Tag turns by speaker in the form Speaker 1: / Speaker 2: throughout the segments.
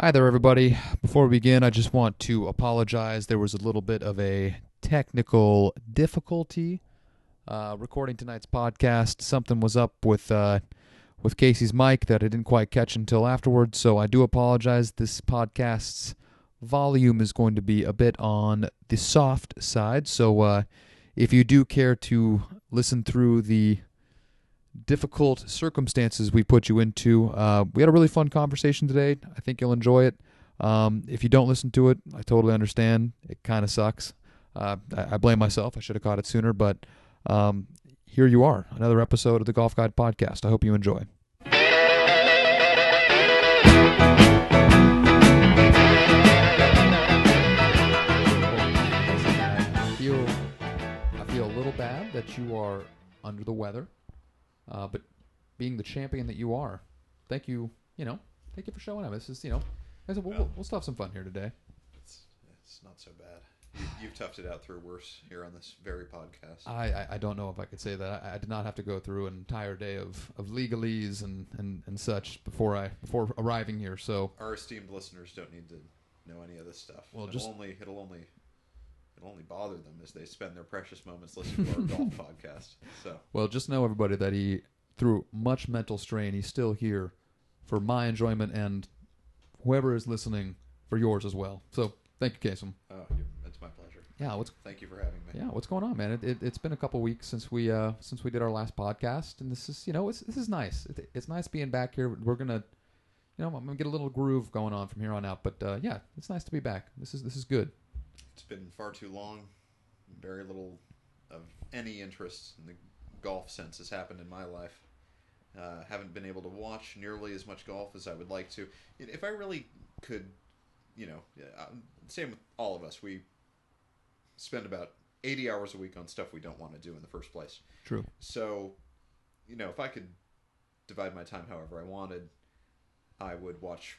Speaker 1: Hi there, everybody. Before we begin, I just want to apologize. There was a little bit of a technical difficulty uh, recording tonight's podcast. Something was up with uh, with Casey's mic that I didn't quite catch until afterwards, so I do apologize. This podcast's volume is going to be a bit on the soft side, so uh, if you do care to listen through the difficult circumstances we put you into. Uh, we had a really fun conversation today. I think you'll enjoy it. Um, if you don't listen to it, I totally understand. It kind of sucks. Uh, I, I blame myself. I should have caught it sooner, but um, here you are, another episode of the Golf Guide Podcast. I hope you enjoy. I feel, I feel a little bad that you are under the weather. Uh, but being the champion that you are, thank you. You know, thank you for showing up. This is you know, guys, we'll, we'll, we'll still have some fun here today.
Speaker 2: It's, it's not so bad. You, you've toughed it out through worse here on this very podcast.
Speaker 1: I, I, I don't know if I could say that. I, I did not have to go through an entire day of, of legalese and, and, and such before I before arriving here. So
Speaker 2: Our esteemed listeners don't need to know any of this stuff.
Speaker 1: Well,
Speaker 2: it'll
Speaker 1: just-
Speaker 2: only it'll only it'll only bother them as they spend their precious moments listening to our golf podcast. So
Speaker 1: well, just know everybody that he through much mental strain, he's still here for my enjoyment and whoever is listening for yours as well. So thank you, Kasem.
Speaker 2: oh, you- it's my pleasure.
Speaker 1: Yeah, what's
Speaker 2: Thank you for having me.
Speaker 1: Yeah, what's going on, man? It, it, it's been a couple weeks since we uh, since we did our last podcast, and this is you know it's, this is nice. It, it's nice being back here. We're gonna, you know, I'm gonna get a little groove going on from here on out. But uh, yeah, it's nice to be back. This is this is good.
Speaker 2: It's been far too long. Very little of any interest in the golf sense has happened in my life. Uh, haven't been able to watch nearly as much golf as I would like to. I- If I really could, you know, uh, same with all of us. We spend about 80 hours a week on stuff we don't want to do in the first place.
Speaker 1: True.
Speaker 2: So, you know, if I could divide my time however I wanted, I would watch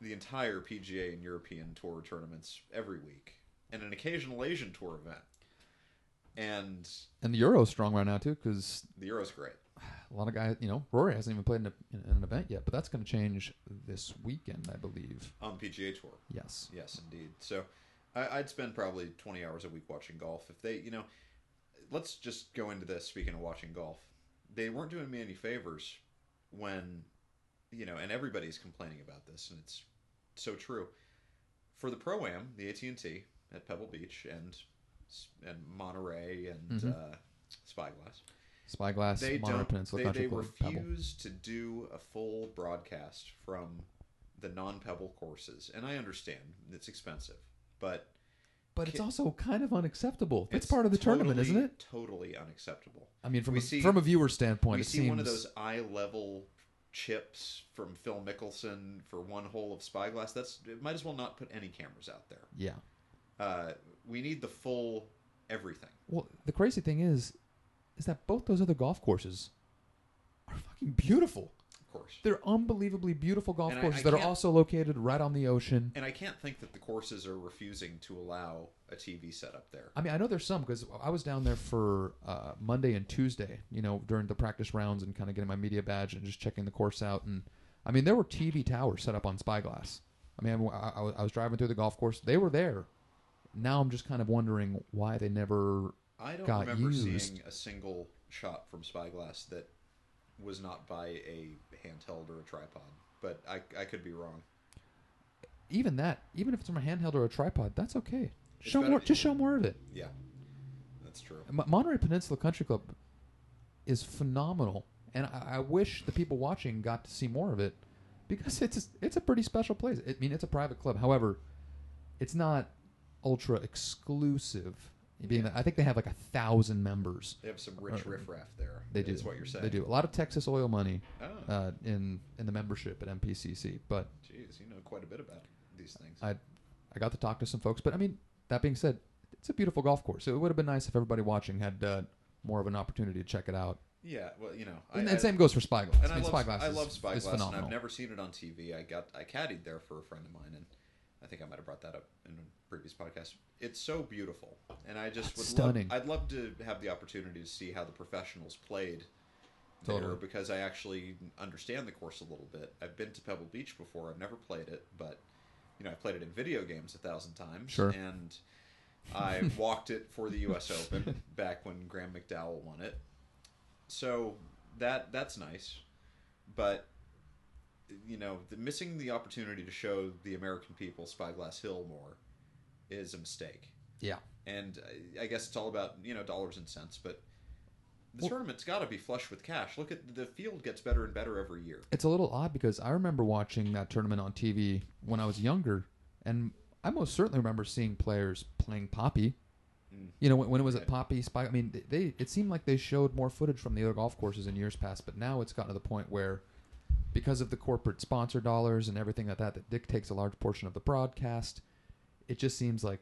Speaker 2: the entire PGA and European Tour tournaments every week and an occasional Asian Tour event. And
Speaker 1: And the Euro's strong right now too, because
Speaker 2: the Euro's great.
Speaker 1: a lot of guys, you know, Rory hasn't even played in, a, in an event yet, but that's gonna change this weekend, I believe.
Speaker 2: on the PGA Tour.
Speaker 1: Yes.
Speaker 2: Yes, indeed. So I, I'd spend probably 20 hours a week watching golf. If they, you know, let's just go into this speaking of watching golf. They weren't doing me any favors when, you know, and everybody's complaining about this, and it's so true. For the pro am, the AT and T at Pebble Beach and and Monterey and uh, Spyglass,
Speaker 1: Spyglass,
Speaker 2: they
Speaker 1: Monterey
Speaker 2: don't.
Speaker 1: Peninsula
Speaker 2: they
Speaker 1: Country
Speaker 2: they
Speaker 1: Club, Pebble.
Speaker 2: refuse to do a full broadcast from the non-pebble courses, and I understand it's expensive, but
Speaker 1: But it's
Speaker 2: Ki-
Speaker 1: also kind of unacceptable. It's,
Speaker 2: it's
Speaker 1: part of the tournament,
Speaker 2: totally-
Speaker 1: isn't it?
Speaker 2: Totally unacceptable.
Speaker 1: I mean, from
Speaker 2: we
Speaker 1: a,
Speaker 2: see-
Speaker 1: from a viewer standpoint,
Speaker 2: we
Speaker 1: it
Speaker 2: see
Speaker 1: seems
Speaker 2: one of those eye-level chips from Phil Mickelson for one hole of Spyglass. That's it might as well not put any cameras out there.
Speaker 1: yeah.
Speaker 2: Uh, we need the full everything.
Speaker 1: Well, the crazy thing is, is that both those other golf courses are fucking beautiful.
Speaker 2: Of course.
Speaker 1: They're unbelievably beautiful golf
Speaker 2: And I-
Speaker 1: courses
Speaker 2: I
Speaker 1: that are
Speaker 2: can't-
Speaker 1: also located right on the ocean.
Speaker 2: And I can't think that the courses are refusing to allow a TV setup there.
Speaker 1: I mean, I know there's some because I was down there for uh, Monday and Tuesday, you know, during the practice rounds and kind of getting my media badge and just checking the course out. And I mean, there were TV towers set up on Spyglass. I mean, I, I, was- I was driving through the golf course; they were there. Now I'm just kind of wondering why they never.
Speaker 2: I don't
Speaker 1: got
Speaker 2: remember
Speaker 1: used.
Speaker 2: seeing a single shot from Spyglass that was not by a handheld or a tripod, but I, I could be wrong.
Speaker 1: Even that, even if it's from a handheld or a tripod, that's okay.
Speaker 2: It's
Speaker 1: Show
Speaker 2: gotta
Speaker 1: more,
Speaker 2: be-
Speaker 1: just show more of it.
Speaker 2: Yeah, that's true.
Speaker 1: Mon- Monterey Peninsula Country Club is phenomenal, and I, I wish the people watching got to see more of it because it's it's a pretty special place. I mean, it's a private club. However, it's not ultra exclusive. Being that I think they have like a thousand members.
Speaker 2: They have some rich
Speaker 1: Uh,
Speaker 2: riffraff there.
Speaker 1: They do.
Speaker 2: Is what you're saying.
Speaker 1: They do a lot of Texas oil money
Speaker 2: Oh,
Speaker 1: uh, in in the membership at MPCC, but
Speaker 2: jeez, you know quite a bit about these things.
Speaker 1: I I got to talk to some folks, but I mean, that being said, it's a beautiful golf course. So it would have been nice if everybody watching had uh, more of an opportunity to check it out.
Speaker 2: yeah, well, you know, I,
Speaker 1: And,
Speaker 2: I,
Speaker 1: and same goes for Spyglass.
Speaker 2: and
Speaker 1: I
Speaker 2: I,
Speaker 1: mean,
Speaker 2: love
Speaker 1: Spyglass,
Speaker 2: I
Speaker 1: is,
Speaker 2: love
Speaker 1: is
Speaker 2: Spyglass, and
Speaker 1: phenomenal.
Speaker 2: I've never seen it on TV. I got I caddied there for a friend of mine, and I think I might have brought that up in a previous podcast. It's so beautiful, and I just
Speaker 1: It's
Speaker 2: would
Speaker 1: stunning.
Speaker 2: Love, I'd love to have the opportunity to see how the professionals played there
Speaker 1: Totally.
Speaker 2: because I actually understand the course a little bit. I've been to Pebble Beach before. I've never played it, but you know, I played it in video games a thousand times.
Speaker 1: Sure.
Speaker 2: And I walked it for the U.S. Open back when Graham McDowell won it. So that that's nice, but you know, the, missing the opportunity to show the American people Spyglass Hill more is a mistake.
Speaker 1: Yeah.
Speaker 2: And I- I guess it's all about you know dollars and cents, but the
Speaker 1: Well-
Speaker 2: tournament's got to be flush with cash. Look at the field gets better and better every year.
Speaker 1: It's a little odd because I remember watching that tournament on TV when I was younger, and I most certainly remember seeing players playing Poppy.
Speaker 2: Mm.
Speaker 1: You know, when, when it was at
Speaker 2: Right.
Speaker 1: Poppy, Spy, I mean, they, they it seemed like they showed more footage from the other golf courses in years past, but now it's gotten to the point where, because of the corporate sponsor dollars and everything like that, that dictates a large portion of the broadcast, it just seems like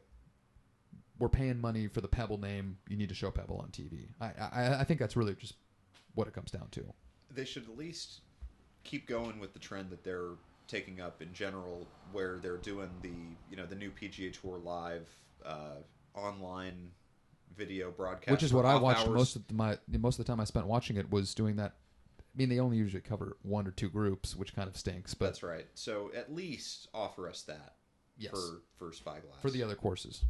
Speaker 1: we're paying money for the Pebble name. You need to show Pebble on TV. I I, I think that's really just what it comes down to.
Speaker 2: They should at least keep going with the trend that they're taking up in general, where they're doing the you know the new PGA Tour live uh, online video broadcast,
Speaker 1: which is
Speaker 2: for
Speaker 1: what I
Speaker 2: off
Speaker 1: watched
Speaker 2: hours.
Speaker 1: most of the, my most of the time I spent watching it was doing that. I mean, they only usually cover one or two groups, which kind of stinks. But
Speaker 2: That's right. So at least offer us that
Speaker 1: yes, for,
Speaker 2: for for Spyglass
Speaker 1: the other courses,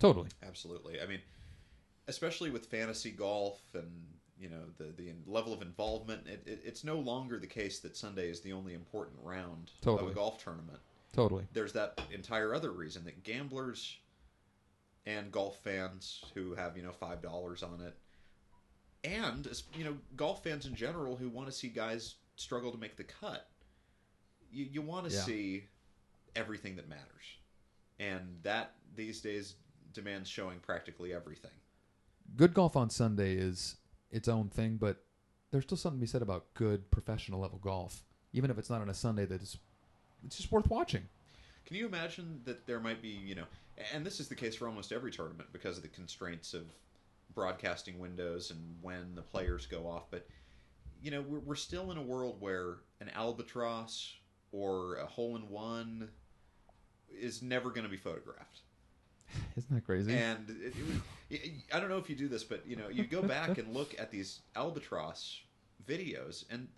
Speaker 1: totally.
Speaker 2: Absolutely. I mean, especially with fantasy golf and you know the the level of involvement, it, it, it's no longer the case that Sunday is the only important round of
Speaker 1: Totally.
Speaker 2: a golf tournament.
Speaker 1: Totally.
Speaker 2: There's that entire other reason that gamblers and golf fans who have you know five dollars on it, and as- you know golf fans in general who want to see guys struggle to make the cut. You you want to
Speaker 1: Yeah.
Speaker 2: see everything that matters, and that these days demands showing practically everything.
Speaker 1: Good golf on Sunday is its own thing, but there's still something to be said about good professional level golf, even if it's not on a Sunday that is. It's just worth watching.
Speaker 2: Can you imagine that there might be, you know, and this is the case for almost every tournament because of the constraints of broadcasting windows and when the players go off, but you know, we're, we're still in a world where an albatross or a hole in one is never going to be photographed.
Speaker 1: Isn't that crazy?
Speaker 2: And it, it was- it- it- I don't know if you do this, but you know, you go back and look at these albatross videos, and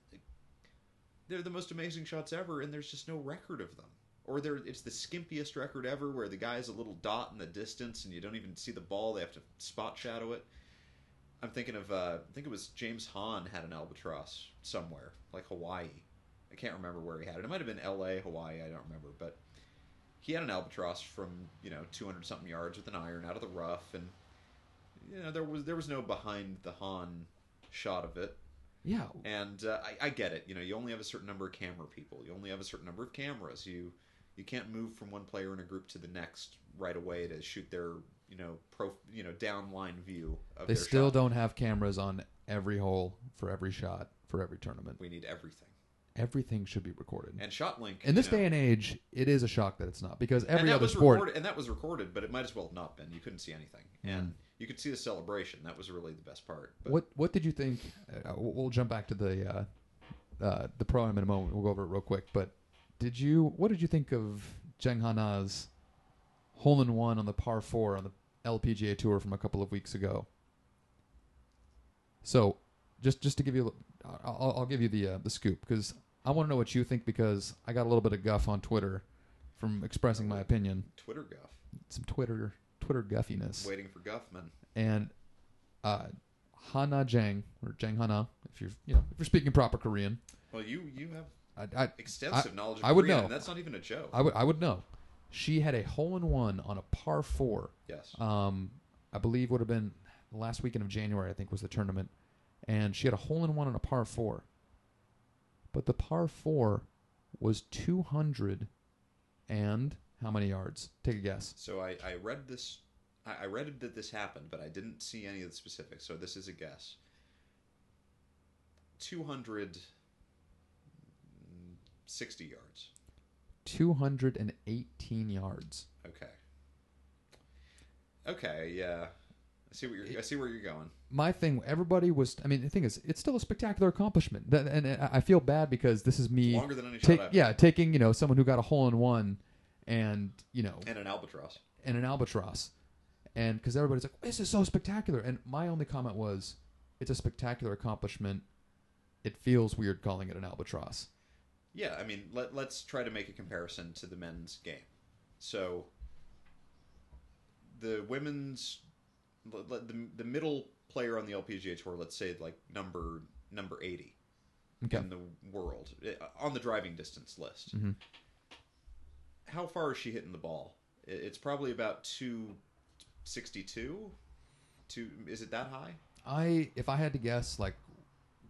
Speaker 2: they're the most amazing shots ever, and there's just no record of them, or there it's the skimpiest record ever, where the guy's a little dot in the distance, and you don't even see the ball; they have to spot shadow it. I'm thinking of, uh, I think it was James Hahn had an albatross somewhere, like Hawaii. I can't remember where he had it. It might have been L.A., Hawaii. I don't remember, but he had an albatross from you know 200 something yards with an iron out of the rough and you know there was there was no behind the han shot of it
Speaker 1: yeah.
Speaker 2: and uh, I, I get it you know you only have a certain number of camera people you only have a certain number of cameras you you can't move from one player in a group to the next right away to shoot their you know pro you know downline view of
Speaker 1: They
Speaker 2: their
Speaker 1: still
Speaker 2: shot.
Speaker 1: don't have cameras on every hole for every shot for every tournament.
Speaker 2: we need everything
Speaker 1: Everything should be recorded.
Speaker 2: and shot link
Speaker 1: In this
Speaker 2: you know,
Speaker 1: day and age, it is a shock that it's not because
Speaker 2: and
Speaker 1: every
Speaker 2: that
Speaker 1: other
Speaker 2: was
Speaker 1: sport.
Speaker 2: recorded, and that was recorded but it might as well have not been you couldn't see anything and you could see the celebration that was really the best part but
Speaker 1: What What did you think? Uh, we'll we'll jump back to the uh, uh, the pro am in a moment. We'll go over it real quick. But did you? What did you think of Zheng Hana's hole in one on the par four on the LPGA tour from a couple of weeks ago? So, just just to give you, a li- I'll- I'll, I'll give you the uh, the scoop because I want to know what you think because I got a little bit of guff on Twitter from expressing my opinion.
Speaker 2: twitter guff
Speaker 1: Some Twitter Twitter guffiness.
Speaker 2: waiting for Guffman.
Speaker 1: and uh, Hana Jang or Jang Hana, if you're you know if you're speaking proper Korean,
Speaker 2: Well, you you have
Speaker 1: I I,
Speaker 2: extensive knowledge. Of
Speaker 1: I would
Speaker 2: Korean,
Speaker 1: know.
Speaker 2: and that's not even a joke.
Speaker 1: I would I would know. She had a hole in one on a par four.
Speaker 2: yes,
Speaker 1: Um, I believe would have been the last weekend of January. I think was the tournament, and she had a hole in one on a par four. But the par four was two hundred and how many yards? Take a guess.
Speaker 2: so I I read this. I, I read that this happened, but I didn't see any of the specifics. So this is a guess. Two hundred sixty yards.
Speaker 1: Two hundred and eighteen yards.
Speaker 2: Okay. Okay. Yeah. I see what you're. I see where you're going.
Speaker 1: my thing everybody was i mean the thing is it's still a spectacular accomplishment That- and i I feel bad because this is me
Speaker 2: Longer than any shot.
Speaker 1: take,
Speaker 2: I've-
Speaker 1: yeah taking you know someone who got a hole in one and you know
Speaker 2: And an albatross.
Speaker 1: and an albatross and because everybody's like this is so spectacular and my only comment was it's a spectacular accomplishment it feels weird calling it an albatross.
Speaker 2: Yeah, I mean, let, let's try to make a comparison to the men's game. So, the women's, le- le- the, the middle player on the LPGA tour, let's say like number number eighty
Speaker 1: Okay.
Speaker 2: in the world eh, on the driving distance list.
Speaker 1: Mhm.
Speaker 2: How far is she hitting the ball? I- It's probably about two sixty-two. Two is it that high?
Speaker 1: I if I had to guess, like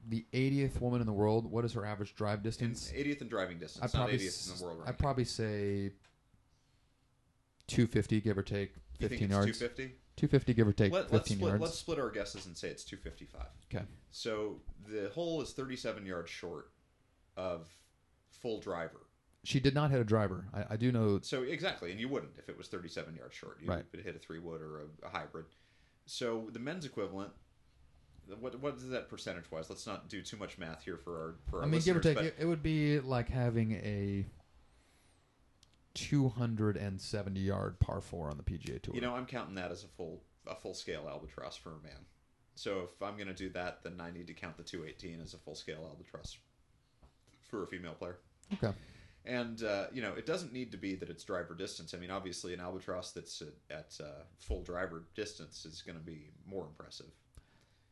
Speaker 1: the 80th woman in the world, what is her average drive distance?
Speaker 2: Eightieth in driving distance,
Speaker 1: I
Speaker 2: not
Speaker 1: probably
Speaker 2: eightieth in the world
Speaker 1: I
Speaker 2: ranking.
Speaker 1: probably say 250, give or take 15
Speaker 2: You think it's
Speaker 1: yards.
Speaker 2: two fifty?
Speaker 1: 250, give or take
Speaker 2: Let,
Speaker 1: 15
Speaker 2: let's split,
Speaker 1: yards.
Speaker 2: let's split our guesses and say it's two fifty-five.
Speaker 1: Okay.
Speaker 2: So the hole is thirty-seven yards short of full driver.
Speaker 1: She did not hit a driver. I, I do know.
Speaker 2: So exactly, and you wouldn't if it was 37 yards short. You
Speaker 1: Right.
Speaker 2: would hit a three wood or a, a hybrid. So the men's equivalent, what what is that percentage wise? Let's not do too much math here for our for our
Speaker 1: I mean, give or
Speaker 2: listeners,
Speaker 1: take, it, it would be like having a 270 yard par four on the PGA Tour.
Speaker 2: But, you know, I'm counting that as a full a full scale albatross for a man. So if I'm going to do that, then I need to count the 218 as a full scale albatross for a female player.
Speaker 1: okay.
Speaker 2: And uh, you know, it doesn't need to be that it's driver distance. I mean, obviously, an albatross that's at, at uh, full driver distance is going to be more impressive.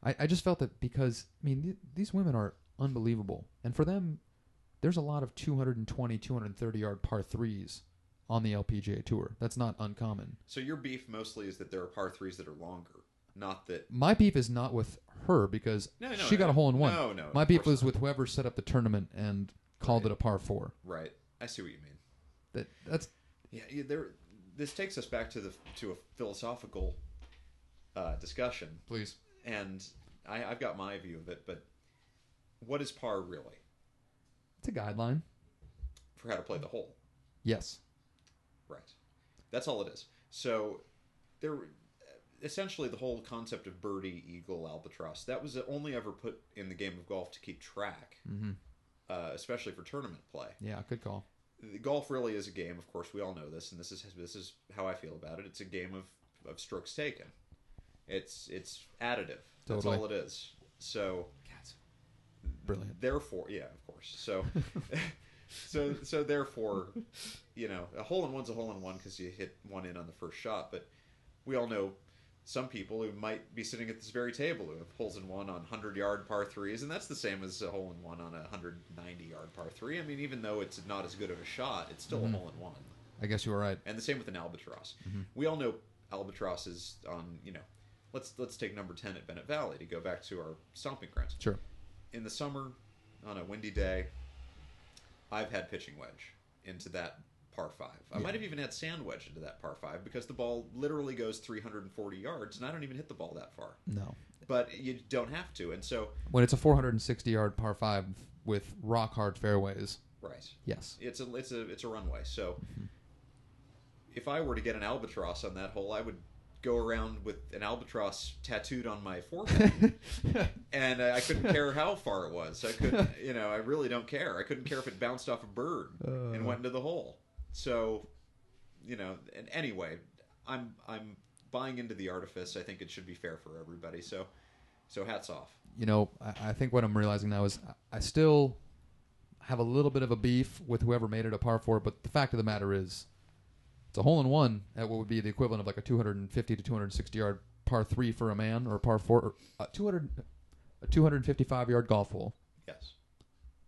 Speaker 1: I, I just felt that because I mean th- these women are unbelievable, and for them, there's a lot of 220, 230 yard par threes on the LPGA tour. That's not uncommon.
Speaker 2: So your beef mostly is that there are par threes that are longer, not that.
Speaker 1: My beef is not with her because
Speaker 2: No, no,
Speaker 1: she got
Speaker 2: no.
Speaker 1: a hole in one.
Speaker 2: No, no,
Speaker 1: My
Speaker 2: of
Speaker 1: beef was
Speaker 2: course not.
Speaker 1: with whoever set up the tournament and called
Speaker 2: Right.
Speaker 1: it a par four.
Speaker 2: Right. I see what you mean.
Speaker 1: That that's
Speaker 2: Yeah, yeah. There. This takes us back to the to a philosophical uh, discussion,
Speaker 1: please.
Speaker 2: and I, I've got my view of it. But what is par really
Speaker 1: It's a guideline.
Speaker 2: for how to play the hole?
Speaker 1: Yes.
Speaker 2: Right. That's all it is. So there essentially the whole concept of birdie, eagle, albatross, that was only ever put in the game of golf to keep track,
Speaker 1: Mm-hmm.
Speaker 2: uh, especially for tournament play.
Speaker 1: Yeah. Good call.
Speaker 2: The golf really is a game, of course, we all know this and this is this is how I feel about it. It's a game of of strokes taken. It's it's additive. That's
Speaker 1: Totally.
Speaker 2: all it is. So
Speaker 1: Brilliant.
Speaker 2: therefore yeah of course so so so therefore you know a hole in one's a hole in one because you hit one in on the first shot but we all know some people who might be sitting at this very table who have holes in one on 100 yard par threes and that's the same as a hole in one on a 190 yard par three i mean even though it's not as good of a shot it's still a hole in one
Speaker 1: I guess you were right.
Speaker 2: and the same with an albatross. We all know albatrosses on you know. Let's let's take number ten at Bennett Valley to go back to our stomping grounds.
Speaker 1: Sure.
Speaker 2: In the summer, on a windy day, I've had pitching wedge into that par five. I might have even had sand wedge into that par five because the ball literally goes 340 yards, and I don't even hit the ball that far.
Speaker 1: No.
Speaker 2: But you don't have to, and so
Speaker 1: When it's a 460 yard par five with rock hard fairways.
Speaker 2: right.
Speaker 1: Yes.
Speaker 2: it's a it's a it's a runway. So if I were to get an albatross on that hole, I would go around with an albatross tattooed on my forehead, and I, I couldn't care how far it was. I couldn't, you know, I really don't care. I couldn't care if it bounced off a bird
Speaker 1: Uh.
Speaker 2: and went into the hole. So, you know, and anyway, I'm I'm buying into the artifice. I think it should be fair for everybody. So, so hats off.
Speaker 1: you know, I, I think what I'm realizing now is I- I still have a little bit of a beef with whoever made it a par four, but the fact of the matter is, it's a hole in one at what would be the equivalent of like a 250 to 260 yard par three for a man or a par four, or a 200, a 255 yard golf hole,
Speaker 2: Yes.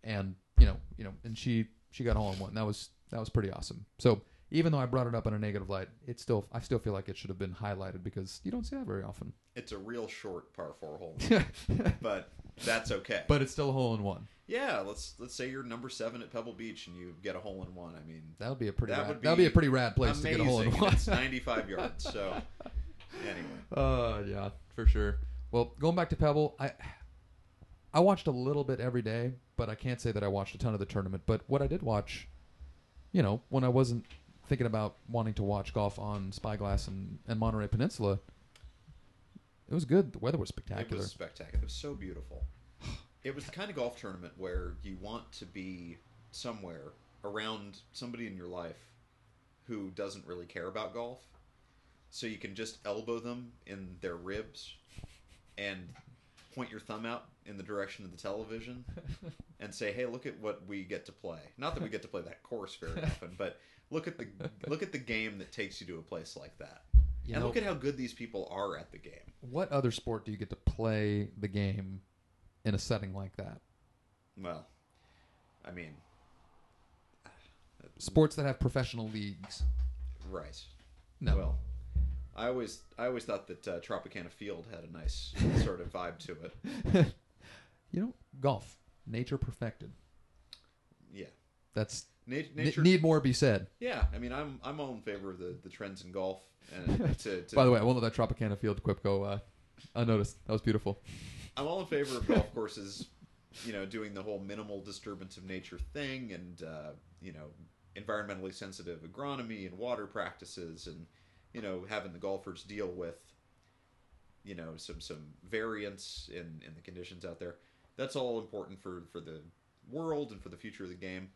Speaker 1: and you know, you know, and she she got a hole in one. That was that was pretty awesome. So even though I brought it up in a negative light, it still I still feel like it should have been highlighted because you don't see that very often.
Speaker 2: It's a real short par four hole, but that's okay.
Speaker 1: but it's still a hole in one.
Speaker 2: Yeah, let's let's say you're number seven at Pebble Beach and you get a hole in one. I mean,
Speaker 1: That would be a pretty
Speaker 2: That
Speaker 1: rad,
Speaker 2: would
Speaker 1: that would be
Speaker 2: be
Speaker 1: a pretty rad place
Speaker 2: amazing.
Speaker 1: to get a hole in
Speaker 2: and
Speaker 1: one.
Speaker 2: It's 95 yards. So anyway, Oh,
Speaker 1: Uh, yeah, for sure. Well, going back to Pebble, I I watched a little bit every day, but I can't say that I watched a ton of the tournament. But what I did watch, you know, when I wasn't thinking about wanting to watch golf on Spyglass and, and Monterey Peninsula, it was good. The weather was
Speaker 2: it
Speaker 1: spectacular.
Speaker 2: was spectacular. It was so beautiful. It was the kind of golf tournament where you want to be somewhere around somebody in your life who doesn't really care about golf, so you can just elbow them in their ribs and point your thumb out in the direction of the television and say, "Hey, look at what we get to play." Not that we get to play that course very often, but look at the look at the game that takes you to a place like that.
Speaker 1: You
Speaker 2: and
Speaker 1: know,
Speaker 2: look at how good these people are at the game.
Speaker 1: what other sport do you get to play the game in a setting like that?
Speaker 2: Well, I mean,
Speaker 1: Sports that have professional leagues.
Speaker 2: right.
Speaker 1: No.
Speaker 2: Well, I always I always thought that uh, Tropicana Field had a nice sort of vibe to it.
Speaker 1: you know, golf, nature perfected.
Speaker 2: Yeah.
Speaker 1: That's
Speaker 2: Nat-
Speaker 1: n-
Speaker 2: nature
Speaker 1: need more be said.
Speaker 2: Yeah, I mean, I'm I'm all in favor of the, the trends in golf and to, to
Speaker 1: By the way, I won't let that Tropicana field quip go uh, unnoticed. That was beautiful.
Speaker 2: I'm all in favor of golf courses, you know, doing the whole minimal disturbance of nature thing and uh, you know environmentally sensitive agronomy and water practices and you know having the golfers deal with you know some some variance in in the conditions out there. That's all important for for the world and for the future of the game,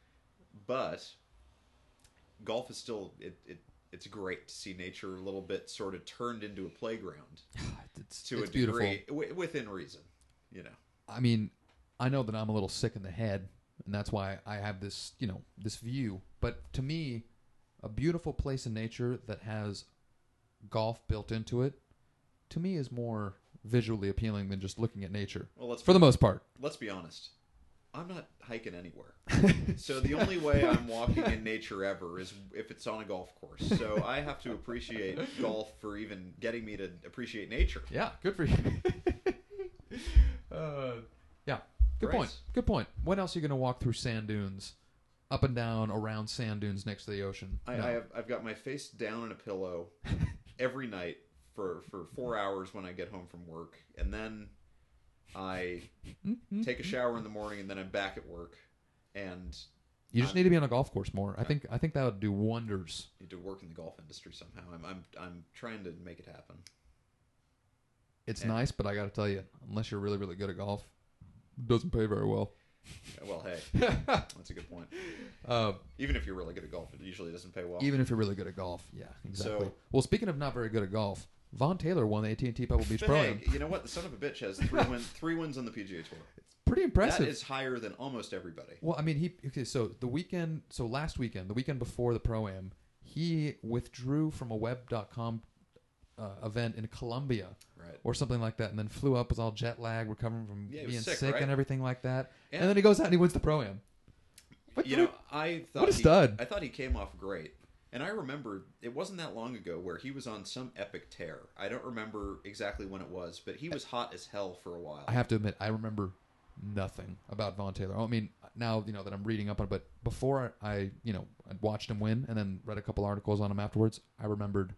Speaker 2: but golf is still it. it it's great to see nature a little bit sort of turned into a playground
Speaker 1: It's,
Speaker 2: to
Speaker 1: it's
Speaker 2: a
Speaker 1: beautiful.
Speaker 2: degree w- within reason you know
Speaker 1: I mean, I know that I'm a little sick in the head, and that's why I have this, you know, this view. But to me, a beautiful place in nature that has golf built into it, to me, is more visually appealing than just looking at nature.
Speaker 2: well let's
Speaker 1: For the most part,
Speaker 2: let's be honest i'm not hiking anywhere so the only way i'm walking in nature ever is if it's on a golf course so i have to appreciate golf for even getting me to appreciate nature
Speaker 1: yeah, good for you. uh, yeah, good
Speaker 2: Right.
Speaker 1: point. Good point. When else are you going to walk through sand dunes, up and down around sand dunes next to the ocean?
Speaker 2: I,
Speaker 1: No.
Speaker 2: I have, i've got my face down in a pillow every night for for four hours when i get home from work and then i
Speaker 1: Mm,
Speaker 2: take a shower in the morning and then i'm back at work and
Speaker 1: you
Speaker 2: uh,
Speaker 1: just need to be on a golf course more. I think I think that would do wonders.
Speaker 2: need to work in the golf industry somehow i'm i'm, I'm trying to make it happen
Speaker 1: It's
Speaker 2: Yeah.
Speaker 1: nice, but I got to tell you, unless you're really, really good at golf, it doesn't pay very well.
Speaker 2: well hey That's a good point.
Speaker 1: uh,
Speaker 2: Even if you're really good at golf, it usually doesn't pay well.
Speaker 1: even if you're really good at golf, yeah, exactly.
Speaker 2: So-
Speaker 1: well, speaking of not very good at golf, Von Taylor won the AT&T Pebble Beach
Speaker 2: But
Speaker 1: Pro.
Speaker 2: hey,
Speaker 1: Am.
Speaker 2: you know what? The son of a bitch has three, win, three wins on the PGA Tour.
Speaker 1: Pretty impressive.
Speaker 2: That is higher than almost everybody.
Speaker 1: well, I mean, he okay, so the weekend, so last weekend, the weekend before the Pro Am, he withdrew from a web.com uh, event in Colombia
Speaker 2: Right.
Speaker 1: or something like that, and then flew up, was all jet lag, recovering from
Speaker 2: Yeah, he was
Speaker 1: being
Speaker 2: sick,
Speaker 1: sick,
Speaker 2: right?
Speaker 1: and everything like that,
Speaker 2: Yeah.
Speaker 1: and then he goes out and he wins the Pro Am. What
Speaker 2: you
Speaker 1: the-
Speaker 2: know, I thought
Speaker 1: a
Speaker 2: he,
Speaker 1: stud.
Speaker 2: I thought he came off great. And I remember it wasn't that long ago where he was on some epic tear. I don't remember exactly when it was, but he was hot as hell for a while.
Speaker 1: I have to admit, I remember nothing about Von Taylor. I mean, now you know that I'm reading up on it, but before I, you know, I watched him win and then read a couple articles on him afterwards, I remembered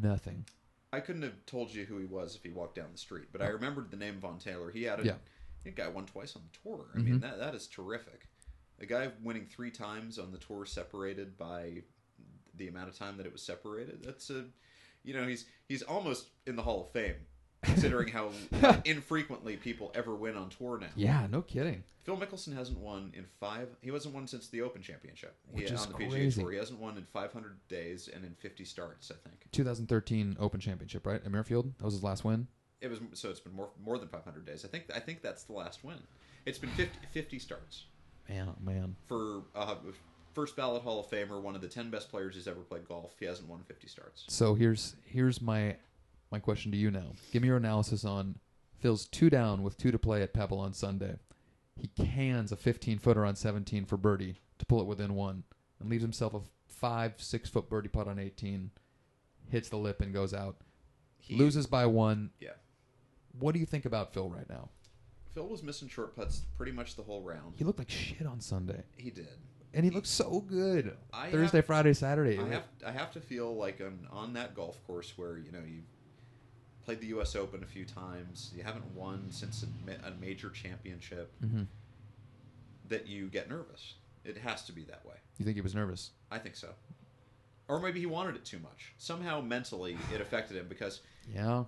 Speaker 1: nothing.
Speaker 2: I couldn't have told you who he was if he walked down the street, but I remembered the name Von Taylor. He had a,
Speaker 1: Oh. Yeah. Mm-hmm.
Speaker 2: I think I won twice on the tour. I mean, that that is terrific. A guy winning three times on the tour, separated by the amount of time that it was separated. That's a, you know, he's he's almost in the Hall of Fame, considering how, how infrequently people ever win on tour now.
Speaker 1: Yeah, no kidding.
Speaker 2: Phil Mickelson hasn't won in five. He hasn't won since the Open Championship.
Speaker 1: Which
Speaker 2: he,
Speaker 1: is
Speaker 2: on the
Speaker 1: crazy.
Speaker 2: PGA Tour, he hasn't won in 500 days and in 50 starts. I think
Speaker 1: 2013 Open Championship, right? At Muirfield, that was his last win.
Speaker 2: It was so it's been more more than 500 days. I think I think that's the last win. It's been 50, 50 starts
Speaker 1: Man, oh man,
Speaker 2: for uh, first ballot Hall of Famer, one of the 10 best players who's ever played golf. He hasn't won 50 starts.
Speaker 1: So here's here's my my question to you now. Give me your analysis on Phil's two down with two to play at Pebble on Sunday. He cans a 15 footer on 17 for birdie to pull it within one, and leaves himself a five six foot birdie putt on 18. Hits the lip and goes out.
Speaker 2: He,
Speaker 1: Loses by one.
Speaker 2: Yeah.
Speaker 1: What do you think about Phil right now?
Speaker 2: Phil was missing short putts pretty much the whole round.
Speaker 1: He looked like shit on Sunday,
Speaker 2: He did.
Speaker 1: and he looked so good
Speaker 2: I
Speaker 1: Thursday,
Speaker 2: have-
Speaker 1: Friday, Saturday.
Speaker 2: I have I have to feel like on on that golf course where you know you played the U.S. Open a few times, you haven't won since a, ma- a major championship,
Speaker 1: Mhm.
Speaker 2: that you get nervous. It has to be that way.
Speaker 1: You think he was nervous?
Speaker 2: I think so. Or maybe he wanted it too much. Somehow mentally it affected him because eh,
Speaker 1: Yeah.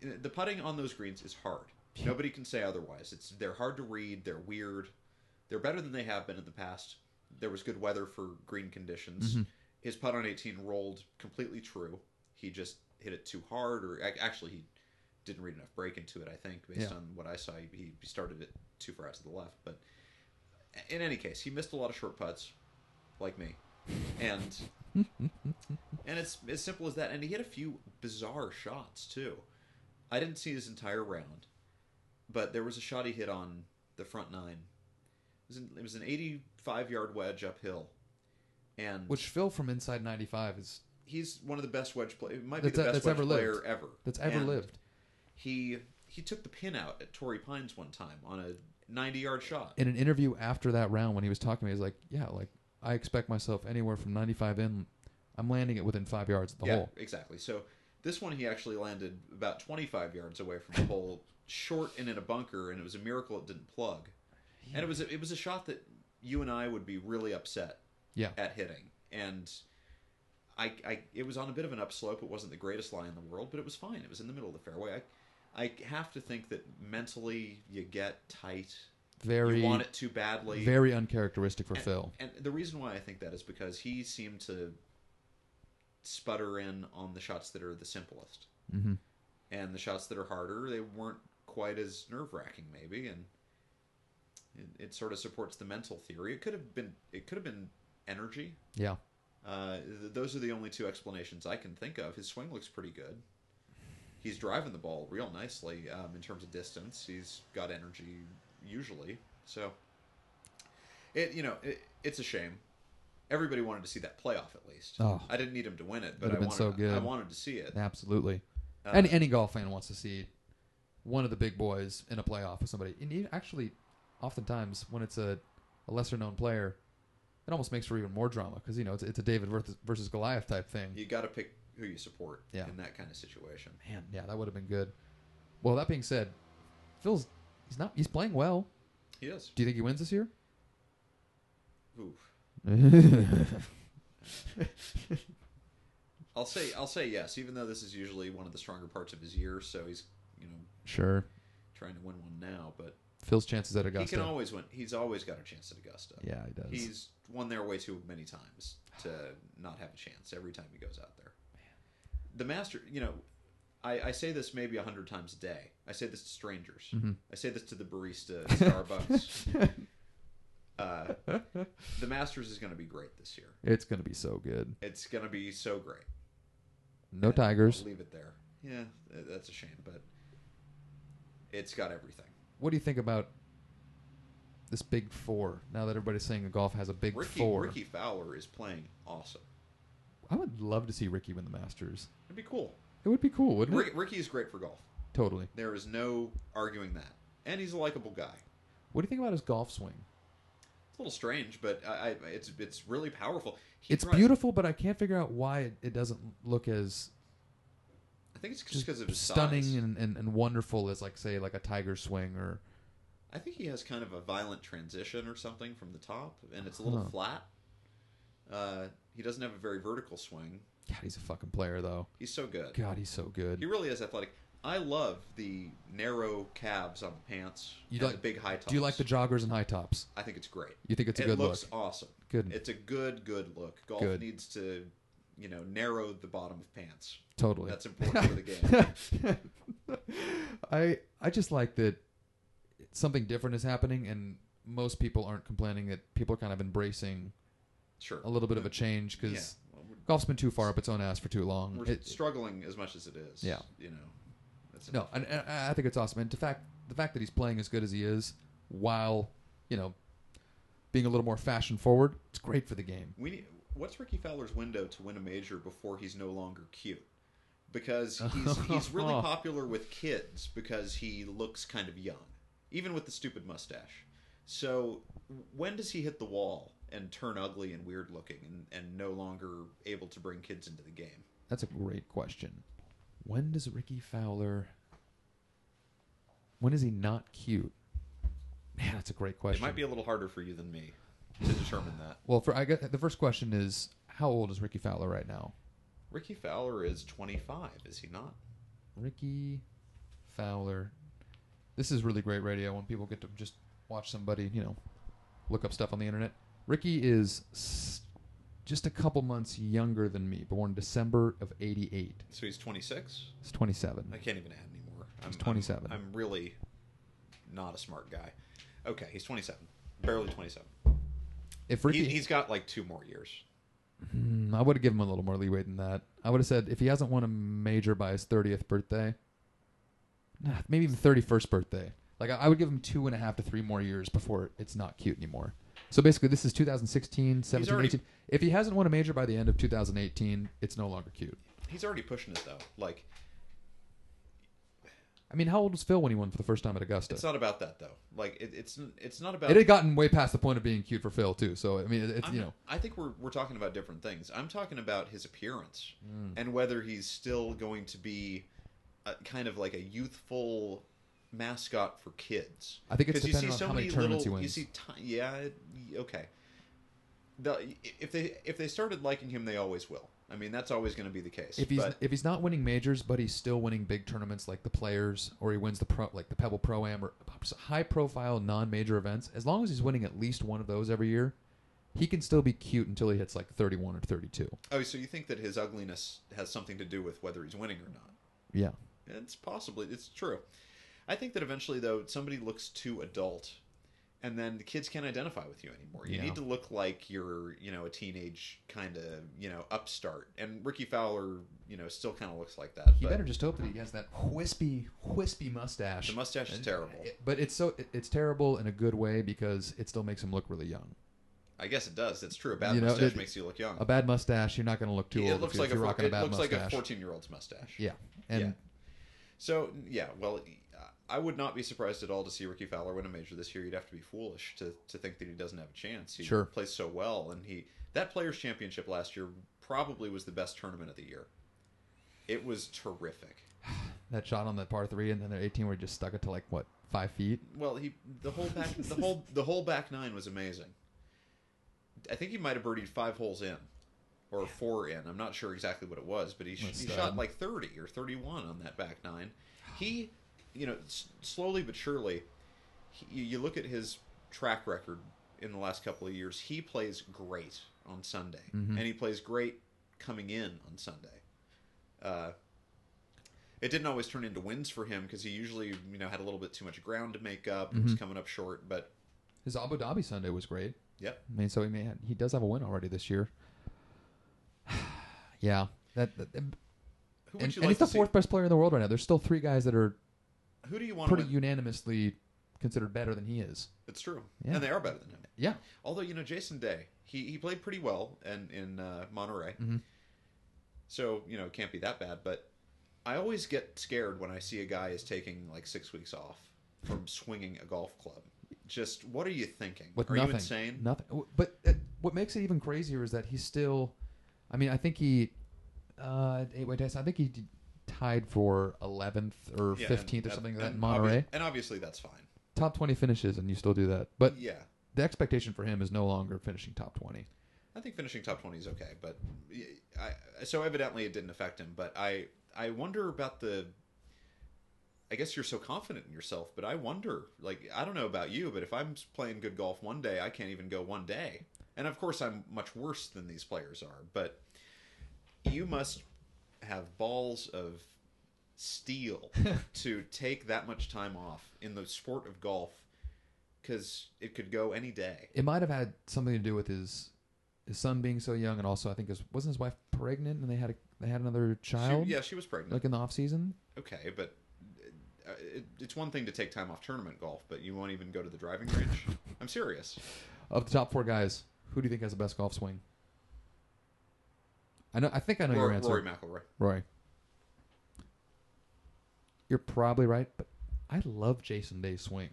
Speaker 2: the putting on those greens is hard. Nobody can say otherwise. It's they're hard to read, they're weird. They're better than they have been in the past. There was good weather for green conditions. His putt on 18 rolled completely true. He just hit it too hard or ac- actually he didn't read enough break into it. I think based
Speaker 1: Yeah.
Speaker 2: on what I saw, he, he started it too far out to the left. But in any case, he missed a lot of short putts, like me, and and it's as simple as that. And he hit a few bizarre shots too. I didn't see his entire round, but there was a shot he hit on the front nine. It was an, it was an 85 yard wedge uphill, and
Speaker 1: Which Phil from Inside 95 is
Speaker 2: he's one of the best wedge play. Might be
Speaker 1: That's- e-,
Speaker 2: the best
Speaker 1: that's
Speaker 2: wedge
Speaker 1: ever lived.
Speaker 2: player ever
Speaker 1: that's ever
Speaker 2: And
Speaker 1: lived.
Speaker 2: He he took the pin out at Torrey Pines one time on a 90 yard shot.
Speaker 1: In an interview after that round, when he was talking to me, he's like, "Yeah, like I expect myself anywhere from 95 in, I'm landing it within five yards of the
Speaker 2: yeah,
Speaker 1: hole."
Speaker 2: exactly. So this one he actually landed about 25 yards away from the hole, short and in a bunker, and it was a miracle it didn't plug. And it was a, it was a shot that you and I would be really upset
Speaker 1: Yeah.
Speaker 2: at hitting. And I, I it was on a bit of an upslope. It wasn't the greatest lie in the world, but it was fine. It was in the middle of the fairway. I I have to think that mentally you get tight.
Speaker 1: Very,
Speaker 2: you want it too badly.
Speaker 1: very uncharacteristic for
Speaker 2: and,
Speaker 1: Phil.
Speaker 2: And the reason why I think that is because he seemed to sputter in on the shots that are the simplest.
Speaker 1: Mm-hmm.
Speaker 2: And the shots that are harder, they weren't quite as nerve wracking, maybe. And it, it sort of supports the mental theory. It could have been. It could have been energy.
Speaker 1: Yeah.
Speaker 2: Uh, th- those are the only two explanations I can think of. His swing looks pretty good. He's driving the ball real nicely um, in terms of distance. He's got energy usually. So it you know it, it's a shame. Everybody wanted to see that playoff at least.
Speaker 1: Oh.
Speaker 2: I didn't need him to win it, but
Speaker 1: Would've
Speaker 2: I
Speaker 1: been
Speaker 2: wanted,
Speaker 1: so good.
Speaker 2: I wanted to see it.
Speaker 1: Absolutely.
Speaker 2: Uh,
Speaker 1: any any golf fan wants to see one of the big boys in a playoff with somebody. And even, actually, oftentimes when it's a, a lesser known player, it almost makes for even more drama because you know it's, it's a David versus, versus Goliath type thing.
Speaker 2: Um, You got to pick who you support
Speaker 1: Yeah.
Speaker 2: in that kind of situation.
Speaker 1: Man, yeah, that would have been good. Well, that being said, Phil's he's not he's playing well.
Speaker 2: He is.
Speaker 1: Do you think he wins this year?
Speaker 2: Oof.
Speaker 1: yeah,
Speaker 2: I'll say I'll say yes, even though this is usually one of the stronger parts of his year. So he's you know
Speaker 1: sure.
Speaker 2: trying to win one now, but
Speaker 1: Phil's chances at
Speaker 2: He can
Speaker 1: Augusta.
Speaker 2: always win. He's always got a chance at Augusta.
Speaker 1: yeah, he does.
Speaker 2: He's won there way too many times to not have a chance every time he goes out there. The master, you know, I, I say this maybe a hundred times a day. I say this to strangers.
Speaker 1: Mhm.
Speaker 2: I say this to the barista at Starbucks. uh, the Masters is going to be great this year.
Speaker 1: it's gonna be so good.
Speaker 2: It's going to be so great.
Speaker 1: No tigers.
Speaker 2: I'll leave it there. Yeah, th- that's a shame, but it's got everything.
Speaker 1: What do you think about this big four? Now that everybody's saying golf has a big
Speaker 2: Ricky,
Speaker 1: four,
Speaker 2: Ricky Fowler is playing awesome.
Speaker 1: I would love to see Ricky win the Masters.
Speaker 2: It'd be cool.
Speaker 1: It would be cool, wouldn't it?
Speaker 2: Rick, Ricky is great for golf.
Speaker 1: Totally.
Speaker 2: There is no arguing that. And he's a likable guy.
Speaker 1: What do you think about his golf swing?
Speaker 2: It's a little strange, but I, I, it's it's really powerful. He
Speaker 1: It's
Speaker 2: drives-
Speaker 1: beautiful, but I can't figure out why it, it doesn't look as
Speaker 2: I think it's just
Speaker 1: just
Speaker 2: because of his
Speaker 1: stunning
Speaker 2: size.
Speaker 1: and, and, and wonderful as like say like a tiger swing or
Speaker 2: I think he has kind of a violent transition or something from the top, and it's a little
Speaker 1: Huh.
Speaker 2: flat. Uh, he doesn't have a very vertical swing.
Speaker 1: God, he's a fucking player though.
Speaker 2: He's so good.
Speaker 1: God, he's so good.
Speaker 2: He really is athletic. I love the narrow calves on the pants.
Speaker 1: You
Speaker 2: and
Speaker 1: like-
Speaker 2: the big high tops.
Speaker 1: Do you like the joggers and high tops?
Speaker 2: I think it's great.
Speaker 1: You think it's a
Speaker 2: it
Speaker 1: good
Speaker 2: looks
Speaker 1: look?
Speaker 2: awesome.
Speaker 1: Good,
Speaker 2: It's a good, good look. Golf
Speaker 1: Good.
Speaker 2: needs to, you know, narrow the bottom of pants.
Speaker 1: totally.
Speaker 2: That's important for the game.
Speaker 1: I I just like that something different is happening, and most people aren't complaining that people are kind of embracing
Speaker 2: Sure.
Speaker 1: a little bit of a change because
Speaker 2: Uh, Yeah. Well, we're-
Speaker 1: golf's been too far up its own ass for too long.
Speaker 2: We're
Speaker 1: It-
Speaker 2: struggling as much as it is.
Speaker 1: Yeah.
Speaker 2: You know. That's
Speaker 1: no, and, and I think it's awesome. And the fact the fact that he's playing as good as he is, while you know being a little more fashion forward, it's great for the game.
Speaker 2: We need, what's Ricky Fowler's window to win a major before he's no longer cute? Because he's he's really popular with kids because he looks kind of young, even with the stupid mustache. So when does he hit the wall and turn ugly and weird looking and, and no longer able to bring kids into the game?
Speaker 1: That's a great question. When does Ricky Fowler? When is he not cute? Man, that's a great
Speaker 2: It
Speaker 1: question.
Speaker 2: might be a little harder for you than me to determine that.
Speaker 1: Well, for I guess the first question is how old is Ricky Fowler right now?
Speaker 2: Ricky Fowler is 25, is he not?
Speaker 1: Ricky Fowler. This is really great radio when people get to just watch somebody, you know, look up stuff on the internet. Ricky is s- just a couple months younger than me, born December of 88.
Speaker 2: So he's 26?
Speaker 1: He's 27.
Speaker 2: I can't even add anymore. I'm,
Speaker 1: 27.
Speaker 2: I'm, I'm really not a smart guy. Okay, he's 27, barely 27.
Speaker 1: If
Speaker 2: He,
Speaker 1: Ricky,
Speaker 2: he's got like two more years.
Speaker 1: Hmm, I would have given him a little more leeway than that. I would have said if he hasn't won a major by his 30th birthday, nah, maybe even 31st birthday. Like I, I would give him two and a half to three more years before it's not cute anymore. So basically, this is 2016, 17,
Speaker 2: already-
Speaker 1: 18. If he hasn't won a major by the end of 2018, it's no longer cute.
Speaker 2: He's already pushing it though. Like
Speaker 1: I mean, how old was Phil when he won for the first time at Augusta?
Speaker 2: it's not about that though. Like it, it's it's not about. Uh,
Speaker 1: It had gotten way past the point of being cute for Phil too. So I mean, it- it's
Speaker 2: I'm
Speaker 1: you
Speaker 2: not-
Speaker 1: know,
Speaker 2: I think we're we're talking about different things. I'm talking about his appearance
Speaker 1: Mm.
Speaker 2: and whether he's still going to be a, kind of like a youthful mascot for kids.
Speaker 1: I think it's
Speaker 2: 'Cause you
Speaker 1: dependent
Speaker 2: see
Speaker 1: on
Speaker 2: so
Speaker 1: how many
Speaker 2: many
Speaker 1: tournaments
Speaker 2: little,
Speaker 1: he
Speaker 2: You
Speaker 1: wins.
Speaker 2: see, ti- yeah, it- okay. The, if they if they started liking him, they always will. I mean, that's always going to be the case.
Speaker 1: if he's
Speaker 2: but
Speaker 1: if he's not winning majors, but he's still winning big tournaments like the Players, or he wins the pro like the Pebble Pro Am, or high profile non major events. As long as he's winning at least one of those every year, he can still be cute until he hits like thirty one or thirty two.
Speaker 2: oh, so you think that his ugliness has something to do with whether he's winning or not?
Speaker 1: Yeah,
Speaker 2: It's possibly it's true. I think that eventually though somebody looks too adult and then the kids can't identify with you anymore. You
Speaker 1: Yeah.
Speaker 2: need to look like you're, you know, a teenage kind of, you know, upstart. And Ricky Fowler, you know, still kind of looks like that.
Speaker 1: he
Speaker 2: but
Speaker 1: better just hope that he has that wispy wispy mustache.
Speaker 2: the mustache is terrible.
Speaker 1: It- but it's so it- it's terrible in a good way because it still makes him look really young.
Speaker 2: I guess it does. It's true. A bad
Speaker 1: You know,
Speaker 2: mustache
Speaker 1: it-
Speaker 2: makes you look young.
Speaker 1: A bad mustache, you're not going to look too old
Speaker 2: it
Speaker 1: if
Speaker 2: looks
Speaker 1: you're,
Speaker 2: like
Speaker 1: if
Speaker 2: a
Speaker 1: you're
Speaker 2: four-
Speaker 1: rocking a
Speaker 2: it
Speaker 1: bad
Speaker 2: looks like
Speaker 1: mustache.
Speaker 2: a 14-year-old's mustache.
Speaker 1: yeah, and
Speaker 2: Yeah. So yeah, well, I would not be surprised at all to see Ricky Fowler win a major this year. You'd have to be foolish to, to think that he doesn't have a chance. He
Speaker 1: Sure.
Speaker 2: plays so well, and he that Players Championship last year probably was the best tournament of the year. It was terrific.
Speaker 1: that shot on that par three, and then their 18 where he just stuck it to like what five feet.
Speaker 2: Well, he the whole back the whole the whole back nine was amazing. I think he might have birdied five holes in, or four in. I'm not sure exactly what it was, but he, sh-
Speaker 1: That's
Speaker 2: he
Speaker 1: stud.
Speaker 2: shot like 30 or 31 on that back nine. He, you know, s- slowly but surely, he, you- you look at his track record in the last couple of years. He plays great on Sunday, and he plays great coming in on Sunday. Uh, it didn't always turn into wins for him because he usually, you know, had a little bit too much ground to make up. and was coming up short, but
Speaker 1: His Abu Dhabi Sunday was great.
Speaker 2: yep.
Speaker 1: I mean, so he may have, he does have a win already this year. yeah, that, that- and,
Speaker 2: Who would
Speaker 1: and
Speaker 2: you
Speaker 1: he's
Speaker 2: like
Speaker 1: the
Speaker 2: to see?
Speaker 1: fourth best player in the world right now. There's still three guys that are
Speaker 2: Who do you want to
Speaker 1: pretty
Speaker 2: win?
Speaker 1: unanimously considered better than he is.
Speaker 2: It's true,
Speaker 1: Yeah.
Speaker 2: and they are better than him.
Speaker 1: Yeah,
Speaker 2: Although you know, Jason Day, he, he played pretty well in in uh, Monterey,
Speaker 1: Mhm.
Speaker 2: so you know it can't be that bad. But I always get scared when I see a guy is taking like six weeks off from swinging a golf club. Just what are you thinking?
Speaker 1: with
Speaker 2: are
Speaker 1: nothing,
Speaker 2: you insane?
Speaker 1: nothing. W- But uh, what makes it even crazier is that he's still. I mean, I think he. Uh, eight way test. I think he d- tied for 11th or
Speaker 2: Yeah, and
Speaker 1: 15th or
Speaker 2: that-
Speaker 1: something like that in
Speaker 2: and
Speaker 1: Monterey.
Speaker 2: obvi- and obviously that's fine.
Speaker 1: top 20 finishes, and you still do that. But
Speaker 2: yeah,
Speaker 1: the expectation for him is no longer finishing top 20.
Speaker 2: I think finishing top twenty is okay, but I, so evidently it didn't affect him. But I I wonder about the. I guess you're so confident in yourself, but I wonder. Like I don't know about you, but if I'm playing good golf one day, I can't even go one day. And of course, I'm much worse than these players are. But you must have balls of steel to take that much time off in the sport of golf, because it could go any day.
Speaker 1: It might have had something to do with his his son being so young, and also I think his wasn't his wife pregnant, and they had a, they had another child
Speaker 2: She, yeah, she was pregnant.
Speaker 1: like in the off season.
Speaker 2: okay, but uh, it, it's one thing to take time off tournament golf, but you won't even go to the driving range. I'm serious.
Speaker 1: Of the top four guys, who do you think has the best golf swing? I know. I think I know your
Speaker 2: Rory,
Speaker 1: answer,
Speaker 2: Rory McIlroy.
Speaker 1: Roy. You're probably right, but I love Jason Day's swing.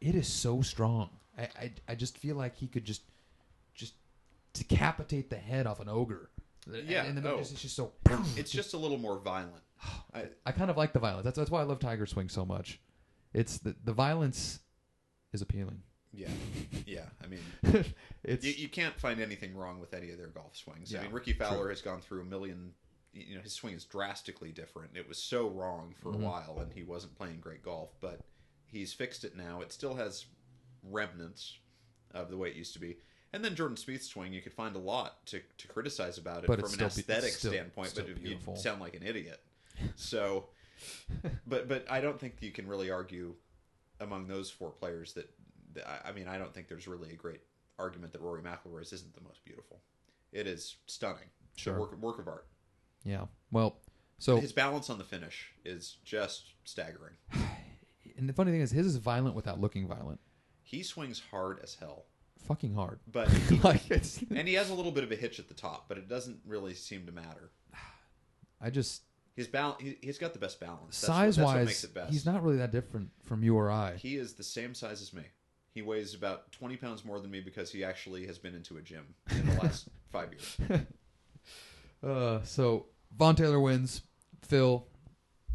Speaker 1: It is so strong. I, I, I just feel like he could just just decapitate the head off an ogre.
Speaker 2: Yeah,
Speaker 1: And, and then
Speaker 2: oh.
Speaker 1: it's just- it's just so.
Speaker 2: It's just a little more violent. I,
Speaker 1: I kind of like the violence. That's that's why I love Tiger Swing so much. It's the the violence is appealing.
Speaker 2: yeah, yeah. I mean,
Speaker 1: it's
Speaker 2: you, you can't find anything wrong with any of their golf swings.
Speaker 1: Yeah,
Speaker 2: I mean, Ricky Fowler
Speaker 1: true.
Speaker 2: has gone through a million. You know, his swing is drastically different. It was so wrong for
Speaker 1: Mm-hmm.
Speaker 2: a while, and he wasn't playing great golf, but he's fixed it now. It still has remnants of the way it used to be. And then Jordan Spieth's swing, you could find a lot to, to criticize about it
Speaker 1: But
Speaker 2: from
Speaker 1: it's still
Speaker 2: an
Speaker 1: be-
Speaker 2: aesthetic
Speaker 1: it's still-
Speaker 2: standpoint,
Speaker 1: still
Speaker 2: but
Speaker 1: beautiful.
Speaker 2: you sound like an idiot. So but but I don't think you can really argue among those four players that, that I- I mean I don't think there's really a great argument that Rory McIlroy's isn't the most beautiful. It is stunning. It's a
Speaker 1: Sure.
Speaker 2: work, work of art.
Speaker 1: Yeah. Well, so
Speaker 2: His balance on the finish is just staggering.
Speaker 1: and the funny thing is, his is violent without looking violent.
Speaker 2: He swings hard as hell,
Speaker 1: Fucking hard.
Speaker 2: but
Speaker 1: like it's,
Speaker 2: and he has a little bit of a hitch at the top, but it doesn't really seem to matter.
Speaker 1: I just
Speaker 2: His balance, he, he's got the best balance. That's what-
Speaker 1: size
Speaker 2: that's what makes
Speaker 1: wise,
Speaker 2: it best.
Speaker 1: he's not really that different from you or I.
Speaker 2: He is the same size as me. He weighs about 20 pounds more than me because he actually has been into a gym in the last five years.
Speaker 1: Uh, so Von Taylor wins. Phil,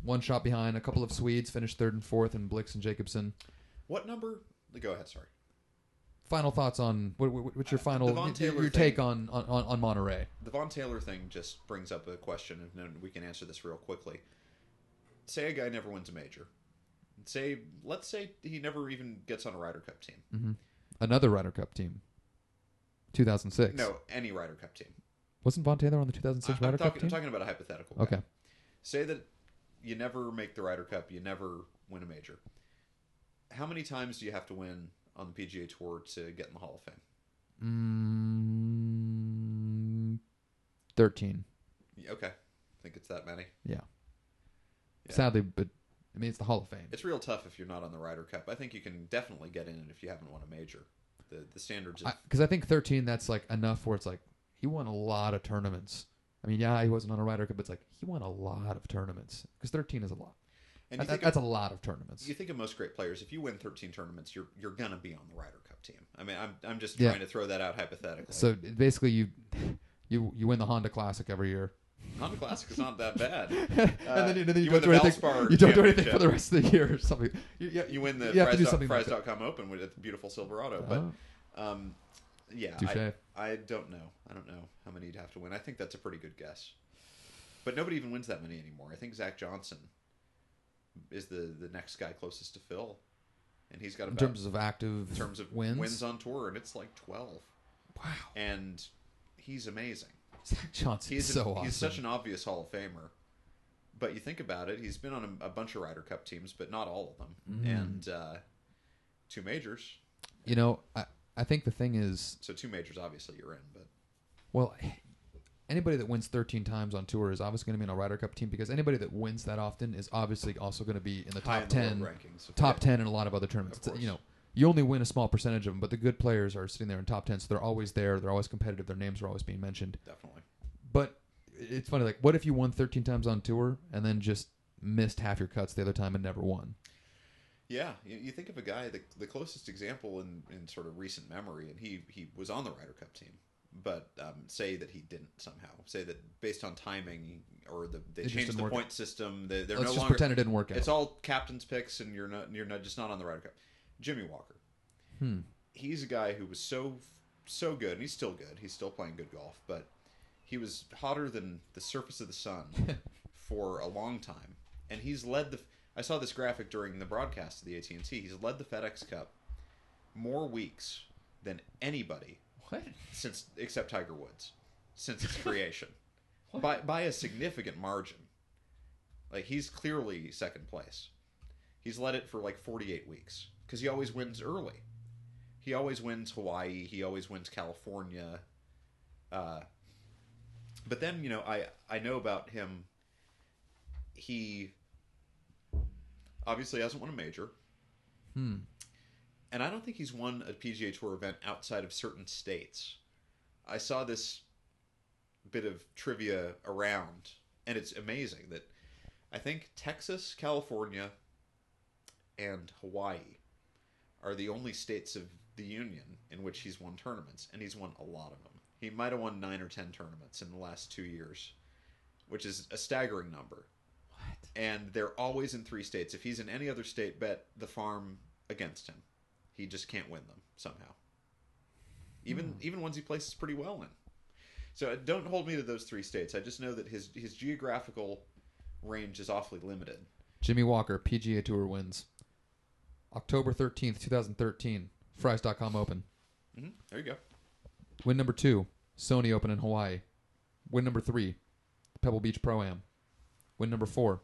Speaker 1: one shot behind. A couple of Swedes finished third and fourth, and Blix and Jacobson.
Speaker 2: What number? Go ahead, sorry.
Speaker 1: Final thoughts on what, what- what's your final
Speaker 2: Uh, the Von
Speaker 1: your-
Speaker 2: Taylor
Speaker 1: your
Speaker 2: thing-
Speaker 1: take on, on on on Monterey?
Speaker 2: The Von Taylor thing just brings up a question, and then we can answer this real quickly. Say a guy never wins a major. Say, let's say he never even gets on a Ryder Cup team.
Speaker 1: Mm-hmm. Another Ryder Cup team. 2006.
Speaker 2: No, any Ryder Cup team.
Speaker 1: Wasn't Von Taylor on the
Speaker 2: I,
Speaker 1: 2006
Speaker 2: am
Speaker 1: Ryder
Speaker 2: talking,
Speaker 1: Cup
Speaker 2: I'm
Speaker 1: team?
Speaker 2: talking about a hypothetical. guy.
Speaker 1: okay.
Speaker 2: Say that you never make the Ryder Cup, you never win a major. How many times do you have to win on the PGA Tour to get in the Hall of Fame?
Speaker 1: Mm, 13.
Speaker 2: Yeah, Okay, I think it's that many.
Speaker 1: Yeah.
Speaker 2: Yeah.
Speaker 1: Sadly, but I mean, it's the Hall of Fame.
Speaker 2: It's real tough if you're not on the Ryder Cup. I think you can definitely get in it if you haven't won a major. The the standards of
Speaker 1: Because I, think 13, that's like enough where it's like, he won a lot of tournaments. I mean, yeah, he wasn't on a Ryder Cup, but it's like, he won a lot of tournaments. Because 13 is a lot.
Speaker 2: and you
Speaker 1: That-
Speaker 2: think
Speaker 1: that's
Speaker 2: of,
Speaker 1: a lot of tournaments.
Speaker 2: you think of most great players. If you win 13 tournaments, you're you're gonna be on the Ryder Cup team. I mean, I'm I'm just
Speaker 1: Yeah.
Speaker 2: trying to throw that out hypothetically.
Speaker 1: So basically, you you you win the Honda Classic every year.
Speaker 2: Honda Classic is not that bad.
Speaker 1: and then, and then you,
Speaker 2: Uh, you
Speaker 1: don't do
Speaker 2: win the
Speaker 1: anything.
Speaker 2: Valspar
Speaker 1: You don't do anything for
Speaker 2: Championship.
Speaker 1: the rest of the year or something. You, you,
Speaker 2: You win the
Speaker 1: You have to do
Speaker 2: Fries dot-
Speaker 1: something like
Speaker 2: Fries.com Open with the beautiful Silverado, but
Speaker 1: Oh,
Speaker 2: Um, yeah, I,
Speaker 1: touche.
Speaker 2: I don't know. I don't know how many you'd have to win. I think that's a pretty good guess. But nobody even wins that many anymore. I think Zach Johnson is the the next guy closest to Phil, and he's got
Speaker 1: in
Speaker 2: about
Speaker 1: terms of active
Speaker 2: uh, in terms of
Speaker 1: wins.
Speaker 2: on tour, and it's like twelve,
Speaker 1: wow,
Speaker 2: and he's amazing.
Speaker 1: Zach Johnson
Speaker 2: He's
Speaker 1: is so
Speaker 2: an-
Speaker 1: awesome.
Speaker 2: he's such an obvious Hall of Famer. But you think about it, he's been on a, a bunch of Ryder Cup teams, but not all of them,
Speaker 1: Mm-hmm.
Speaker 2: and uh, two majors.
Speaker 1: you know, I I think the thing is,
Speaker 2: So two majors, obviously, you're in, but.
Speaker 1: well, anybody that wins 13 times on tour is obviously going to be on a Ryder Cup team because anybody that wins that often is obviously also going to be in the
Speaker 2: high
Speaker 1: top
Speaker 2: in the
Speaker 1: 10
Speaker 2: world rankings.
Speaker 1: top
Speaker 2: Yeah.
Speaker 1: 10 in a lot of other tournaments.
Speaker 2: Of
Speaker 1: It's, you know,
Speaker 2: course.
Speaker 1: you only win a small percentage of them, but the good players are sitting there in top 10, so they're always there. They're always competitive. Their names are always being mentioned.
Speaker 2: Definitely.
Speaker 1: But it's funny, like, what if you won 13 times on tour and then just missed half your cuts the other time and never won?
Speaker 2: Yeah, you, you think of a guy the, the closest example in, in sort of recent memory, and he he was on the Ryder Cup team, but um, say that he didn't somehow say that based on timing or the they
Speaker 1: It just
Speaker 2: changed
Speaker 1: didn't
Speaker 2: the
Speaker 1: work.
Speaker 2: point system. They, they're
Speaker 1: Let's
Speaker 2: no
Speaker 1: just
Speaker 2: longer
Speaker 1: pretend it didn't work out.
Speaker 2: it's all captain's picks, and you're not you're not just not on the Ryder Cup. Jimmy Walker,
Speaker 1: Hmm.
Speaker 2: he's a guy who was so so good, and he's still good. He's still playing good golf, but he was hotter than the surface of the sun for a long time, and he's led the. I saw this graphic during the broadcast of the AT and T. He's led the FedEx Cup more weeks than anybody
Speaker 1: What?
Speaker 2: since except Tiger Woods since its creation by by a significant margin. Like he's clearly second place. He's led it for like 48 weeks because he always wins early. He always wins Hawaii. He always wins California. Uh, but then you know I I know about him. He obviously hasn't won a major,
Speaker 1: Hmm.
Speaker 2: and I don't think he's won a PGA Tour event outside of certain states. I saw this bit of trivia around, and it's amazing that I think Texas, California, and Hawaii are the only states of the union in which he's won tournaments, and he's won a lot of them. He might have won nine or ten tournaments in the last two years, which is a staggering number.
Speaker 1: What?
Speaker 2: And they're always in three states. If he's in any other state, bet the farm against him. He just can't win them somehow. Even
Speaker 1: Hmm.
Speaker 2: even ones he places pretty well in. So uh, don't hold me to those three states. I just know that his his geographical range is awfully limited.
Speaker 1: Jimmy Walker, PGA Tour wins. October 13th, 2013, Fries.com Open.
Speaker 2: hmm There you go.
Speaker 1: Win number two, Sony Open in Hawaii. Win number three, Pebble Beach Pro Am. Win number four,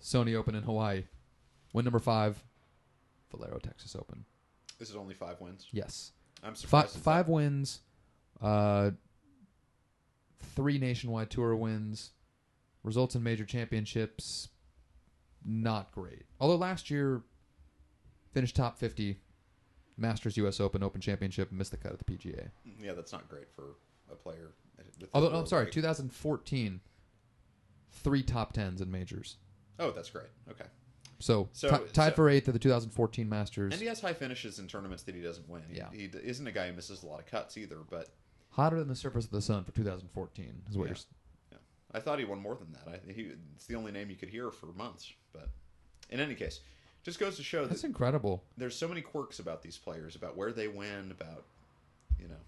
Speaker 1: Sony Open in Hawaii. Win number five, Valero Texas Open.
Speaker 2: This is only five wins.
Speaker 1: Yes,
Speaker 2: I'm
Speaker 1: five,
Speaker 2: surprised. it's
Speaker 1: five
Speaker 2: that-
Speaker 1: wins, uh, three nationwide tour wins, results in major championships. Not great. Although last year, finished top fifty, Masters, U.S. Open, Open Championship, and missed the cut at the PGA.
Speaker 2: Mm, Yeah, that's not great for a player. with
Speaker 1: Although
Speaker 2: lower
Speaker 1: I'm sorry,
Speaker 2: weight.
Speaker 1: 2014, three top tens in majors.
Speaker 2: Oh, that's great. Okay.
Speaker 1: So,
Speaker 2: So-
Speaker 1: ti- tied
Speaker 2: so-
Speaker 1: for eighth at the 2014 Masters.
Speaker 2: And he has high finishes in tournaments that he doesn't win. He-
Speaker 1: Yeah.
Speaker 2: He, d isn't a guy who misses a lot of cuts either, but
Speaker 1: Hotter than the surface of the sun for 2014 is what
Speaker 2: Yeah.
Speaker 1: you're. s-
Speaker 2: I thought he won more than that. I, he, it's the only name you could hear for months. But in any case, just goes to show that
Speaker 1: That's incredible.
Speaker 2: there's so many quirks about these players, about where they win, about, you know.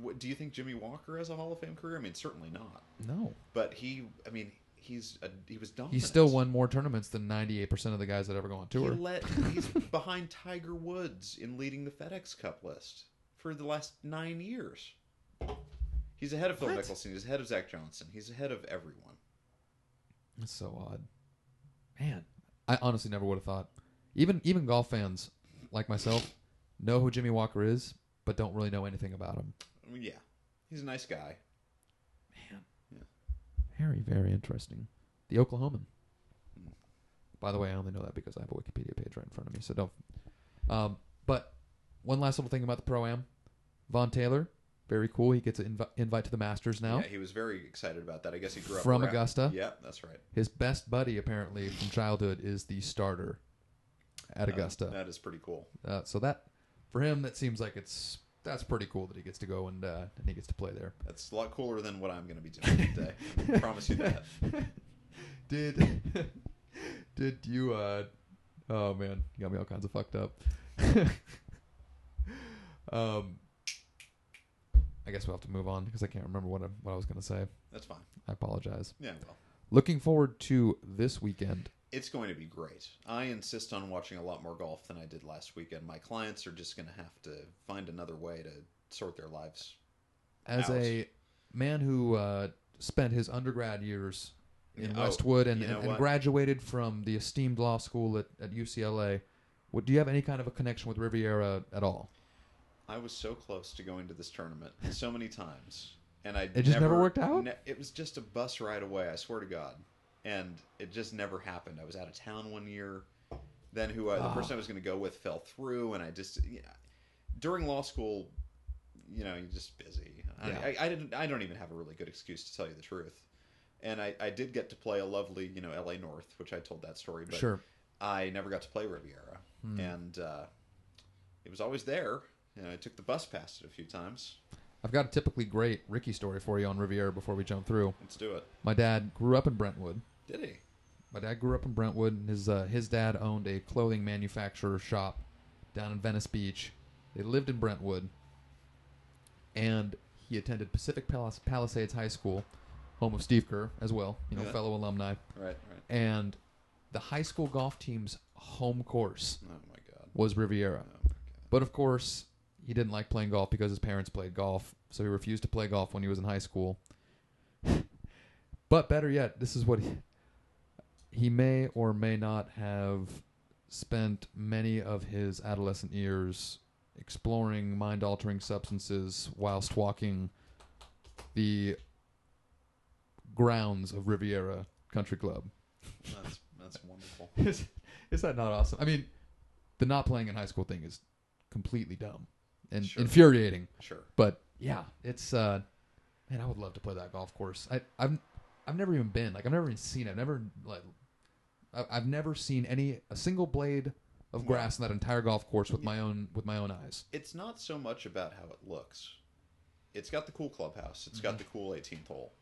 Speaker 2: What, do you think Jimmy Walker has a Hall of Fame career? I mean, certainly not.
Speaker 1: No,
Speaker 2: But he, I mean, he's a, he was dominant.
Speaker 1: he still won more tournaments than 98 percent of the guys that ever go on
Speaker 2: He
Speaker 1: tour.
Speaker 2: let, he's behind Tiger Woods in leading the FedEx Cup list for the last nine years. He's ahead of Phil
Speaker 1: What?
Speaker 2: Mickelson. He's ahead of Zach Johnson. He's ahead of everyone.
Speaker 1: That's so odd, man. I honestly never would have thought. Even even golf fans like myself know who Jimmy Walker is, but don't really know anything about him.
Speaker 2: I mean, yeah, he's a nice guy.
Speaker 1: Man.
Speaker 2: Yeah.
Speaker 1: Very, very interesting. The Oklahoman. By the way, I only know that because I have a Wikipedia page right in front of me, so don't. Um, but one last little thing about the pro am, Von Taylor, very cool. He gets an invi- invite to the Masters now.
Speaker 2: Yeah, he was very excited about that. I guess he grew up
Speaker 1: From
Speaker 2: around-
Speaker 1: Augusta.
Speaker 2: Yeah, that's right.
Speaker 1: His best buddy, apparently from childhood, is the starter at
Speaker 2: Uh,
Speaker 1: Augusta.
Speaker 2: that is pretty cool.
Speaker 1: Uh, so that, for him, that seems like it's that's pretty cool that he gets to go and uh, and he gets to play there.
Speaker 2: That's a lot cooler than what I'm going to be doing today. I promise you that.
Speaker 1: did did you uh oh man you got me all kinds of fucked up um i guess we'll have to move on because i can't remember what I, what I was gonna say
Speaker 2: That's fine.
Speaker 1: i apologize
Speaker 2: Yeah, well,
Speaker 1: looking forward to this weekend
Speaker 2: it's going to be great. I insist on watching a lot more golf than I did last weekend. My clients are just going to have to find another way to sort their lives
Speaker 1: as
Speaker 2: Ouch.
Speaker 1: a man who uh spent his undergrad years in
Speaker 2: Oh,
Speaker 1: westwood and,
Speaker 2: you know
Speaker 1: and, and
Speaker 2: what?
Speaker 1: graduated from the esteemed law school at, at ucla what, do you have any kind of a connection with riviera at all
Speaker 2: I was so close to going to this tournament so many times, and I
Speaker 1: It just never worked out?
Speaker 2: ne- it was just a bus ride away. I swear to God, and it just never happened. I was out of town one year. Then who I, the
Speaker 1: Ah.
Speaker 2: person I was going to go with fell through, and I just yeah. During law school, you know, you're just busy. I,
Speaker 1: Yeah.
Speaker 2: I, I didn't. I don't even have a really good excuse to tell you the truth. And I, I did get to play a lovely, you know, L.A. North, which I told that story. But
Speaker 1: sure
Speaker 2: I never got to play Riviera,
Speaker 1: Hmm.
Speaker 2: and uh, it was always there. You know, I took the bus past it a few times.
Speaker 1: I've got a typically great Ricky story for you on Riviera before we jump through.
Speaker 2: Let's do it.
Speaker 1: My dad grew up in Brentwood.
Speaker 2: Did he?
Speaker 1: My dad grew up in Brentwood, and his uh, his dad owned a clothing manufacturer shop down in Venice Beach. They lived in Brentwood, and he attended Pacific Palis- Palisades High School, home of Steve Kerr as well, you know,
Speaker 2: Yeah.
Speaker 1: fellow alumni.
Speaker 2: Right, right.
Speaker 1: And the high school golf team's home course
Speaker 2: Oh my god.
Speaker 1: was Riviera.
Speaker 2: Oh my god.
Speaker 1: But of course, he didn't like playing golf because his parents played golf, so he refused to play golf when he was in high school. but better yet, this is what he, he may or may not have spent many of his adolescent years exploring mind altering substances whilst walking the grounds of Riviera Country Club.
Speaker 2: That's that's wonderful.
Speaker 1: Is, is that not awesome? I mean, the not playing in high school thing is completely dumb and
Speaker 2: Sure.
Speaker 1: infuriating.
Speaker 2: Sure.
Speaker 1: But yeah, it's uh, man, I would love to play that golf course. I, I've I've never even been like I've never even seen. it. I've never like I, I've never seen any a single blade of
Speaker 2: Yeah.
Speaker 1: grass in that entire golf course with my own with my own eyes.
Speaker 2: It's not so much about how it looks. It's got the cool clubhouse. It's
Speaker 1: Mm-hmm.
Speaker 2: got the cool 18th hole.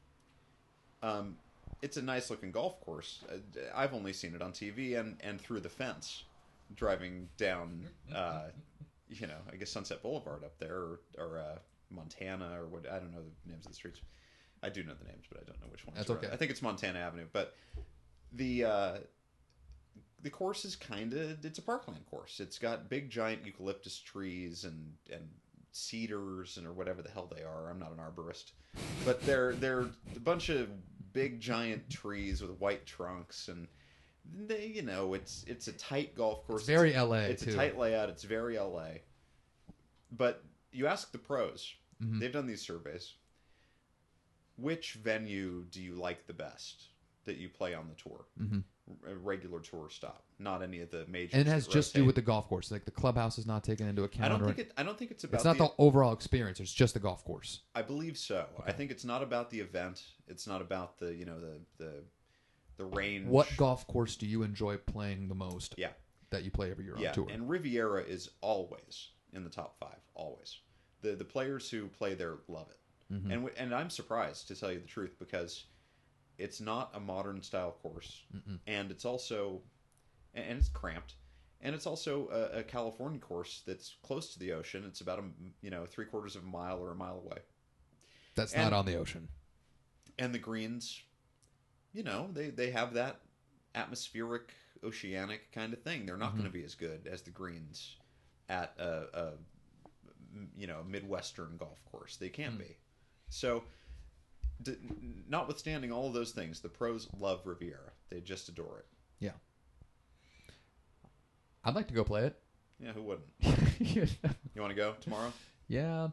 Speaker 2: Um, it's a nice looking golf course. Uh, I've only seen it on TV and and through the fence, driving down. Uh, you know, I guess Sunset Boulevard up there, or, or uh, Montana, or what? I don't know the names of the streets. I do know the names, but I don't know which ones.
Speaker 1: That's
Speaker 2: are-
Speaker 1: okay.
Speaker 2: I think it's Montana Avenue, but the uh, the course is kind of it's a parkland course. It's got big giant eucalyptus trees and and cedars and or whatever the hell they are. I'm not an arborist, but they're they're a bunch of big giant trees with white trunks and they, you know, it's it's a tight golf course.
Speaker 1: It's very
Speaker 2: it's,
Speaker 1: LA
Speaker 2: it's
Speaker 1: too.
Speaker 2: a tight layout. It's very LA. But you ask the pros.
Speaker 1: Mhm.
Speaker 2: They've done these surveys. Which venue do you like the best that you play on the tour?
Speaker 1: Mhm.
Speaker 2: A regular tour stop, not any of the major.
Speaker 1: and it has just to do with the golf course. Like the clubhouse is not taken into account.
Speaker 2: I don't
Speaker 1: or-
Speaker 2: think it. I don't think it's about.
Speaker 1: it's not
Speaker 2: the,
Speaker 1: the overall experience. It's just the golf course.
Speaker 2: I believe so. I
Speaker 1: Okay.
Speaker 2: think it's not about the event. It's not about the you know the the the range.
Speaker 1: What golf course do you enjoy playing the most?
Speaker 2: Yeah.
Speaker 1: That you play every year
Speaker 2: yeah,
Speaker 1: on tour.
Speaker 2: and Riviera is always in the top five. Always, the the players who play there love it,
Speaker 1: Mhm.
Speaker 2: and w- and I'm surprised to tell you the truth because it's not a modern style course,
Speaker 1: Mm-mm.
Speaker 2: and it's also and, and it's cramped, and it's also a, a California course that's close to the ocean. It's about a m- you know three quarters of a mile or a mile away,
Speaker 1: That's
Speaker 2: and-
Speaker 1: not on the ocean.
Speaker 2: and the greens, you know, they they have that atmospheric, oceanic kind of thing. They're not going to
Speaker 1: Mm-hmm.
Speaker 2: be as good as the greens at a, a m- you know midwestern golf course. They can
Speaker 1: Mm-hmm.
Speaker 2: be. So, d- notwithstanding all of those things, the pros love Riviera. They just adore it.
Speaker 1: I'd like to go play
Speaker 2: Yeah, who wouldn't?
Speaker 1: it.
Speaker 2: You want to go tomorrow?
Speaker 1: yeah,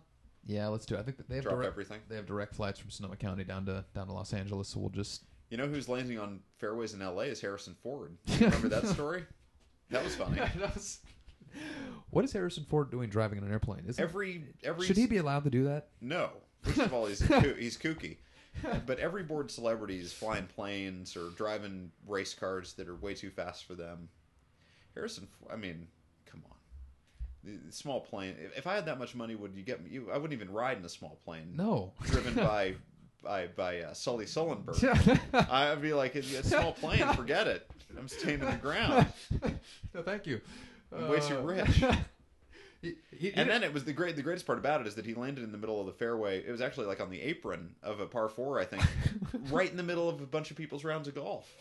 Speaker 1: yeah. Let's do it. I think that they have
Speaker 2: Drop
Speaker 1: direct,
Speaker 2: everything.
Speaker 1: they have direct flights from Sonoma County down to down to Los Angeles. So we'll just
Speaker 2: You know who's landing on fairways in L.A. is Harrison Ford. Remember that story? That was funny.
Speaker 1: That was- what is Harrison Ford doing driving in an airplane? Is
Speaker 2: Every every
Speaker 1: should he be allowed to do that?
Speaker 2: No. First of all, he's koo- he's kooky. But every board celebrity is flying planes or driving race cars that are way too fast for them. Harrison, F- I mean, come on. The- the small plane. if- If I had that much money, would you get me? You, I wouldn't even ride in a small plane.
Speaker 1: No.
Speaker 2: Driven by by by uh, Sully Sullenberg. I'd be like, it's a small plane. Forget it. I'm staying in the ground.
Speaker 1: no, thank you. Uh,
Speaker 2: I'm way too rich.
Speaker 1: He- he-
Speaker 2: And then it was the great. The greatest part about it is that he landed in the middle of the fairway. It was actually like on the apron of a par four, I think, right in the middle of a bunch of people's rounds of golf.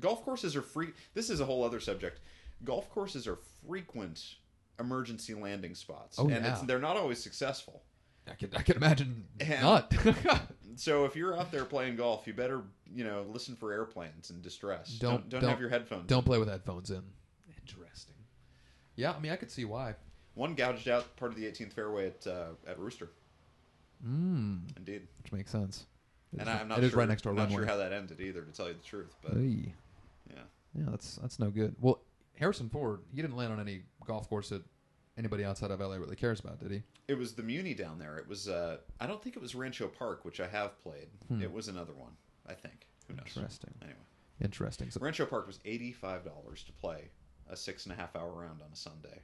Speaker 2: golf courses are free. This is a whole other subject. Golf courses are frequent emergency landing spots,
Speaker 1: Oh,
Speaker 2: and it's,
Speaker 1: yeah.
Speaker 2: they're not always successful.
Speaker 1: I can I can imagine
Speaker 2: And-
Speaker 1: not
Speaker 2: So if you're out there playing golf, you better you know listen for airplanes and distress.
Speaker 1: Don't-
Speaker 2: don't, don't,
Speaker 1: don't-
Speaker 2: have your headphones.
Speaker 1: don't play with headphones in. Interesting. Yeah, I mean I could see why.
Speaker 2: One gouged out part of the 18th fairway at uh, at Rooster.
Speaker 1: Mm,
Speaker 2: Indeed.
Speaker 1: which makes sense. It
Speaker 2: and
Speaker 1: is-
Speaker 2: I'm not
Speaker 1: it
Speaker 2: sure,
Speaker 1: is right next to our
Speaker 2: not
Speaker 1: runway.
Speaker 2: sure how that ended either, to tell you the truth. But
Speaker 1: Oy.
Speaker 2: yeah,
Speaker 1: Yeah, that's that's no good. Well, Harrison Ford, he didn't land on any golf course that anybody outside of LA really cares about, did he?
Speaker 2: it was the Muni down there. It was uh, I don't think it was Rancho Park, which I have played.
Speaker 1: Hmm.
Speaker 2: It was another one, I think. Who knows?
Speaker 1: Interesting.
Speaker 2: Anyway,
Speaker 1: Interesting. So,
Speaker 2: Rancho Park was eighty five dollars to play a six and a half hour round on a Sunday.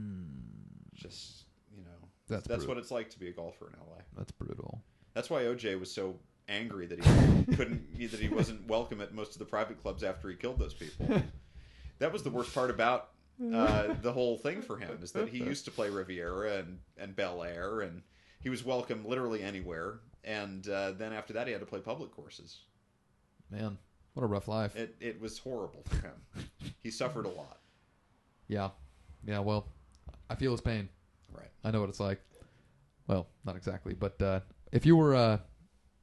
Speaker 1: mm,
Speaker 2: Just you know,
Speaker 1: Hmm. That's
Speaker 2: that's
Speaker 1: brutal.
Speaker 2: what it's like to be a golfer in LA.
Speaker 1: that's brutal.
Speaker 2: That's why OJ was so angry that he couldn't that he wasn't welcome at most of the private clubs after he killed those people. That was the worst part about uh, the whole thing for him is that he used to play Riviera and and Bel Air and he was welcome literally anywhere. And uh, then after that, he had to play public courses.
Speaker 1: Man, what a rough life.
Speaker 2: It it was horrible for him. He suffered a lot.
Speaker 1: Yeah. Yeah, well, I feel his pain.
Speaker 2: Right.
Speaker 1: I know what it's like. Well, not exactly, but uh, if you were uh,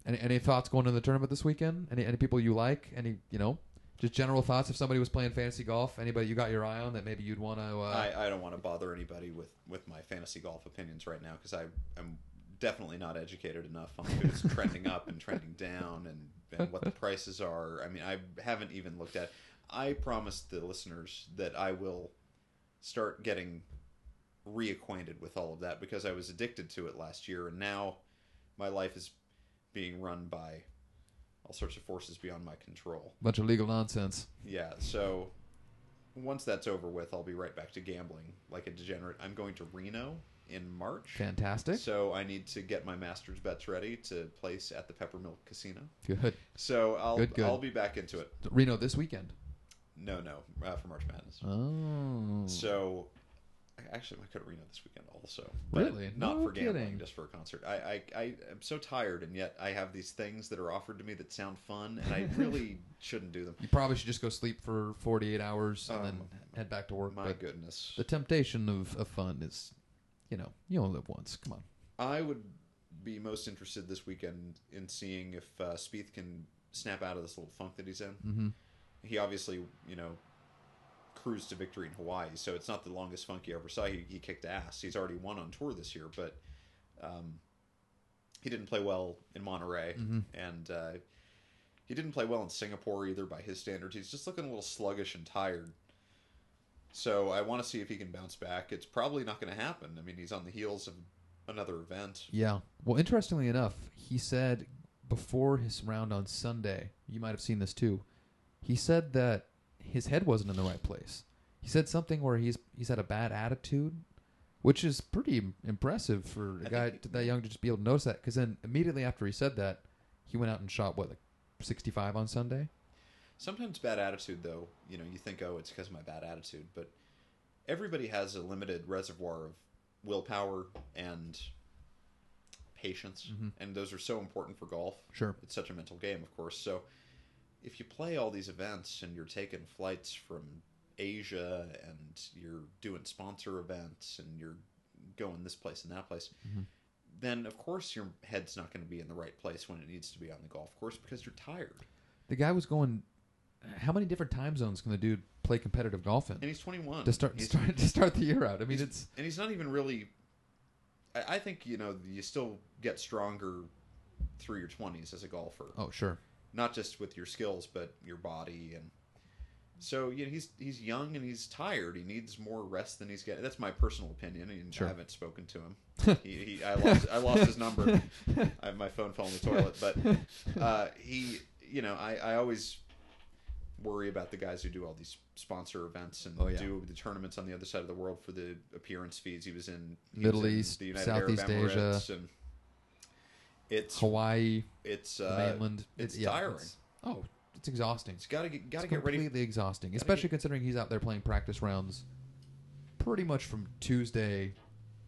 Speaker 1: any any thoughts going into the tournament this weekend? Any any people you like? Any, you know, just general thoughts if somebody was playing fantasy golf, anybody you got your eye on that maybe you'd want to uh,
Speaker 2: I, I don't want to bother anybody with, with my fantasy golf opinions right now because I am definitely not educated enough on who's trending up and trending down and, and what the prices are. I mean, I haven't even looked at. I promised the listeners that I will start getting reacquainted with all of that because I was addicted to it last year, and now my life is being run by all sorts of forces beyond my control.
Speaker 1: bunch of legal nonsense.
Speaker 2: Yeah, so once that's over with, I'll be right back to gambling like a degenerate. I'm going to Reno in March.
Speaker 1: Fantastic.
Speaker 2: So I need to get my master's bets ready to place at the Peppermill Casino.
Speaker 1: Good.
Speaker 2: So I'll
Speaker 1: Good, good.
Speaker 2: I'll be back into it.
Speaker 1: Reno this weekend.
Speaker 2: No, no, uh, for March Madness.
Speaker 1: Mm. Oh.
Speaker 2: So I actually might go to Reno this weekend also. but
Speaker 1: Really?
Speaker 2: Not
Speaker 1: No
Speaker 2: for gambling,
Speaker 1: kidding.
Speaker 2: just for a concert. I, I I am so tired, and yet I have these things that are offered to me that sound fun, and I really shouldn't do them.
Speaker 1: You probably should just go sleep for 48 hours and
Speaker 2: Oh,
Speaker 1: then head back to work.
Speaker 2: My
Speaker 1: but
Speaker 2: goodness.
Speaker 1: the temptation of, of fun is, you know, you only live once. Come on.
Speaker 2: I would be most interested this weekend in seeing if uh, Spieth can snap out of this little funk that he's in.
Speaker 1: hmm
Speaker 2: He obviously, you know, cruised to victory in Hawaii, so it's not the longest funk you ever saw. He, he kicked ass. He's already won on tour this year, but um, he didn't play well in Monterey,
Speaker 1: Mhm.
Speaker 2: and uh, he didn't play well in Singapore either by his standards. He's just looking a little sluggish and tired. So I want to see if he can bounce back. It's probably not going to happen. I mean, he's on the heels of another event.
Speaker 1: Yeah. Well, interestingly enough, he said before his round on Sunday, you might have seen this too. He said that his head wasn't in the right place. He said something where he's he's had a bad attitude, which is pretty im- impressive for a
Speaker 2: I
Speaker 1: guy
Speaker 2: think-
Speaker 1: t- that young to just be able to notice that. Because then immediately after he said that, he went out and shot what like sixty five on Sunday.
Speaker 2: Sometimes bad attitude, though, you know, you think, oh, it's because of my bad attitude, but everybody has a limited reservoir of willpower and patience,
Speaker 1: Mhm.
Speaker 2: and those are so important for golf.
Speaker 1: Sure.
Speaker 2: It's such a mental game, of course. So if you play all these events and you're taking flights from Asia and you're doing sponsor events and you're going this place and that place,
Speaker 1: Mhm.
Speaker 2: then of course your head's not going to be in the right place when it needs to be on the golf course because you're tired.
Speaker 1: The guy was going. How many different time zones can the dude play competitive golf in
Speaker 2: And he's 21.
Speaker 1: to start
Speaker 2: He's-
Speaker 1: start to start the year out? I mean,
Speaker 2: he's-
Speaker 1: it's
Speaker 2: and he's not even really. I, I think you know you still get stronger through your twenties as a golfer,
Speaker 1: oh sure.
Speaker 2: not just with your skills but your body and. So you know he's he's young and he's tired. He needs more rest than he's getting. That's my personal opinion, and
Speaker 1: Sure.
Speaker 2: I haven't spoken to him. he, he, I lost I lost his number. I, my phone fell in the toilet, but uh, he, you know, I, I always worry about the guys who do all these sponsor events and
Speaker 1: Oh, yeah.
Speaker 2: do the tournaments on the other side of the world for the appearance fees. He was in he was
Speaker 1: Middle
Speaker 2: in
Speaker 1: East,
Speaker 2: the United
Speaker 1: Southeast
Speaker 2: Arab
Speaker 1: Asia.
Speaker 2: Emirates, and it's
Speaker 1: Hawaii,
Speaker 2: it's
Speaker 1: the
Speaker 2: uh,
Speaker 1: mainland.
Speaker 2: it's
Speaker 1: yeah,
Speaker 2: tiring.
Speaker 1: it's- oh, it's exhausting.
Speaker 2: it's got to get got to
Speaker 1: it's
Speaker 2: get ready.
Speaker 1: completely exhausting, especially considering he's out there playing practice rounds, pretty much from Tuesday,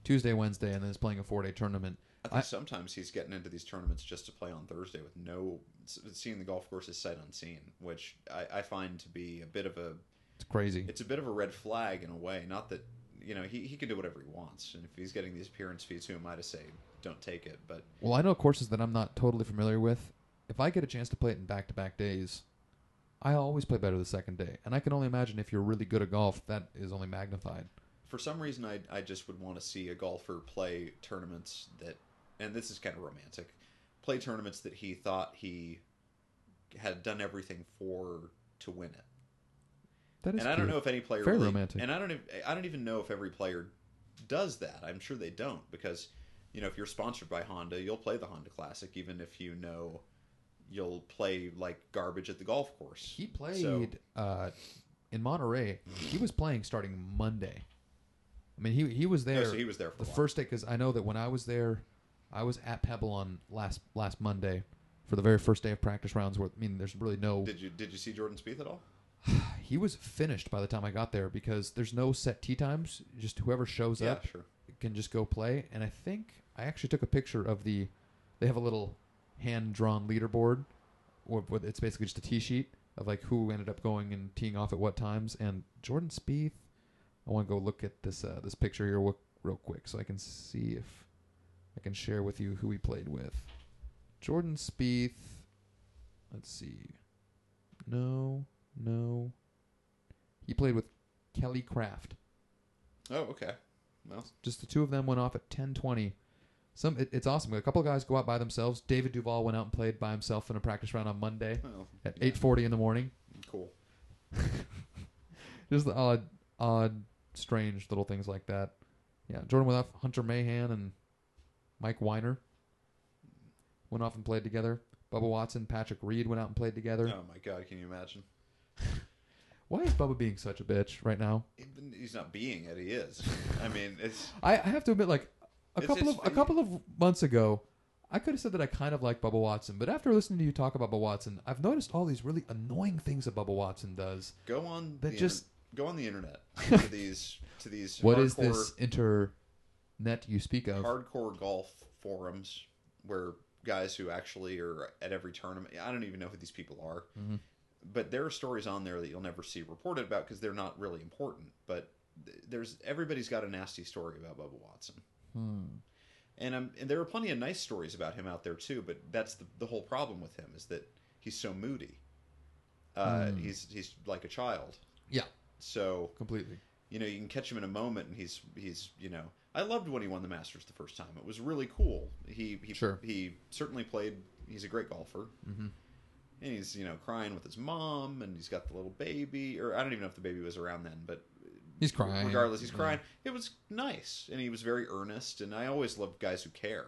Speaker 1: Tuesday, Wednesday, and then is playing a four-day tournament.
Speaker 2: I think sometimes he's getting into these tournaments just to play on Thursday with no s- seeing the golf course is sight unseen, which I, I find to be a bit of a
Speaker 1: It's crazy.
Speaker 2: it's a bit of a red flag in a way. Not that you know he, he can do whatever he wants, and if he's getting these appearance fees, who am I to say don't take it? But
Speaker 1: Well, I know courses that I'm not totally familiar with. If I get a chance to play it in back-to-back days, I always play better the second day, and I can only imagine if you're really good at golf, that is only magnified.
Speaker 2: for some reason, I I just would want to see a golfer play tournaments that, and this is kind of romantic, play tournaments that he thought he had done everything for to win it.
Speaker 1: That is.
Speaker 2: and I don't
Speaker 1: cute.
Speaker 2: know if any player
Speaker 1: Very
Speaker 2: really,
Speaker 1: romantic.
Speaker 2: And I don't ev- I don't even know if every player does that. I'm sure they don't because you know if you're sponsored by Honda, you'll play the Honda Classic even if you know you'll play like garbage at the golf course.
Speaker 1: He played uh, in Monterey. He was playing starting Monday. I mean, he he was there
Speaker 2: No, Oh, so he was there for
Speaker 1: the
Speaker 2: a while.
Speaker 1: first day because I know that when I was there, I was at Pebble on last last Monday for the very first day of practice rounds. Where I mean, there's really no.
Speaker 2: Did you did you see Jordan Spieth at all?
Speaker 1: he was finished by the time I got there because there's no set tee times. Just whoever shows
Speaker 2: yeah,
Speaker 1: up
Speaker 2: sure.
Speaker 1: can just go play. And I think I actually took a picture of the. They have a little hand drawn leaderboard, or what- it's basically just a tee sheet of like who ended up going and teeing off at what times. And Jordan Spieth, I want to go look at this uh, this picture here wo- real quick so I can see if I can share with you who he played with. Jordan Spieth. Let's see. No, no. He played with Kelly Craft
Speaker 2: Oh, okay. Well,
Speaker 1: just the two of them went off at 10:20. Some it, it's awesome. A couple of guys go out by themselves. David Duval went out and played by himself in a practice round on Monday
Speaker 2: well,
Speaker 1: at
Speaker 2: yeah,
Speaker 1: 8:40 in the morning.
Speaker 2: Cool.
Speaker 1: Just the odd, odd, strange little things like that. Yeah, Jordan went off. Hunter Mahan and Mike Weiner went off and played together. Bubba Watson, Patrick Reed went out and played together.
Speaker 2: Oh my God, can you imagine?
Speaker 1: Why is Bubba being such a bitch right now?
Speaker 2: Even- He's not being it. He is. I mean, it's
Speaker 1: I, I have to admit, like a
Speaker 2: It's-
Speaker 1: couple
Speaker 2: it's-
Speaker 1: of a couple of months ago, I could have said that I kind of like Bubba Watson, but after listening to you talk about Bubba Watson, I've noticed all these really annoying things that Bubba Watson does.
Speaker 2: go on.
Speaker 1: That
Speaker 2: the
Speaker 1: just-
Speaker 2: inter- go on the internet to these to these.
Speaker 1: What is
Speaker 2: hardcore-
Speaker 1: this internet you speak of?
Speaker 2: hardcore golf forums where guys who actually are at every tournament i don't even know who these people are
Speaker 1: Mhm.
Speaker 2: but there are stories on there that you'll never see reported about because they're not really important but th- there's everybody's got a nasty story about bubba watson
Speaker 1: Hmm.
Speaker 2: and, um, and there are plenty of nice stories about him out there too but that's the, the whole problem with him is that he's so moody. Uh, He's he's like a child.
Speaker 1: Hmm. Yeah,
Speaker 2: So
Speaker 1: completely.
Speaker 2: you know you can catch him in a moment and he's he's you know i loved when he won the masters the first time it was really cool he he,
Speaker 1: Sure.
Speaker 2: he certainly played he's a great golfer
Speaker 1: Mhm.
Speaker 2: and he's you know crying with his mom and he's got the little baby or i don't even know if the baby was around then but
Speaker 1: He's crying.
Speaker 2: regardless he's
Speaker 1: Yeah.
Speaker 2: crying it was nice and he was very earnest and i always love guys who care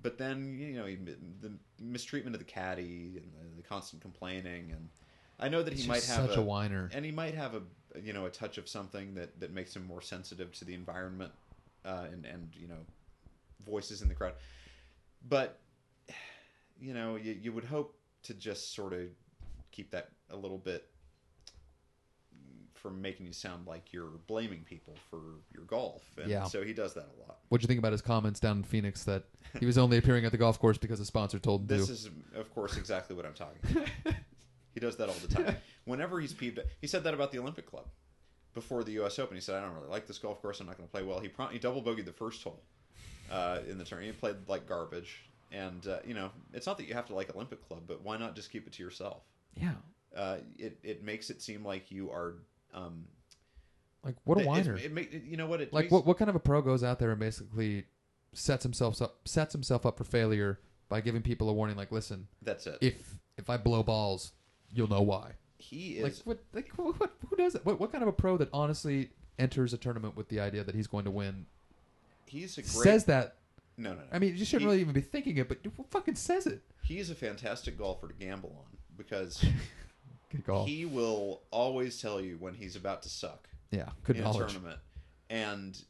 Speaker 2: but then you know he, the mistreatment of the caddy and the, the constant complaining and i know that he
Speaker 1: He's
Speaker 2: might
Speaker 1: just
Speaker 2: have
Speaker 1: such a, whiner.
Speaker 2: and he might have a you know a touch of something that that makes him more sensitive to the environment uh, and and you know voices in the crowd but you know you, you would hope to just sort of keep that a little bit from making you sound like you're blaming people for your golf and
Speaker 1: Yeah.
Speaker 2: so he does that a lot
Speaker 1: What'd you think about his comments down in Phoenix that he was only appearing at the golf course because a sponsor told him
Speaker 2: This
Speaker 1: to?
Speaker 2: is, of course, exactly what I'm talking about. he does that all the time. Whenever he's peeved, at- he said that about the Olympic Club before the U.S. Open. He said, "I don't really like this golf course. I'm not going to play well." He prompt, he double bogeyed the first hole uh, in the tournament. He played like garbage, and uh, you know, it's not that you have to like Olympic Club, but why not just keep it to yourself?
Speaker 1: yeah,
Speaker 2: Uh, it it makes it seem like you are. Um,
Speaker 1: like what a
Speaker 2: it-
Speaker 1: whiner.
Speaker 2: It, it, make- you know what it
Speaker 1: like
Speaker 2: makes-
Speaker 1: what what kind of a pro goes out there and basically sets himself up sets himself up for failure by giving people a warning like listen
Speaker 2: That's it.
Speaker 1: if if I blow balls you'll know why
Speaker 2: He is
Speaker 1: like what like who- what who does it what what kind of a pro that honestly enters a tournament with the idea that he's going to win
Speaker 2: he's a great
Speaker 1: says that
Speaker 2: no no no.
Speaker 1: I mean you shouldn't
Speaker 2: He-
Speaker 1: really even be thinking it but who fucking says it
Speaker 2: he's a fantastic golfer to gamble on because
Speaker 1: good call
Speaker 2: He will always tell you when he's about to suck
Speaker 1: yeah good
Speaker 2: in a
Speaker 1: knowledge
Speaker 2: tournament. And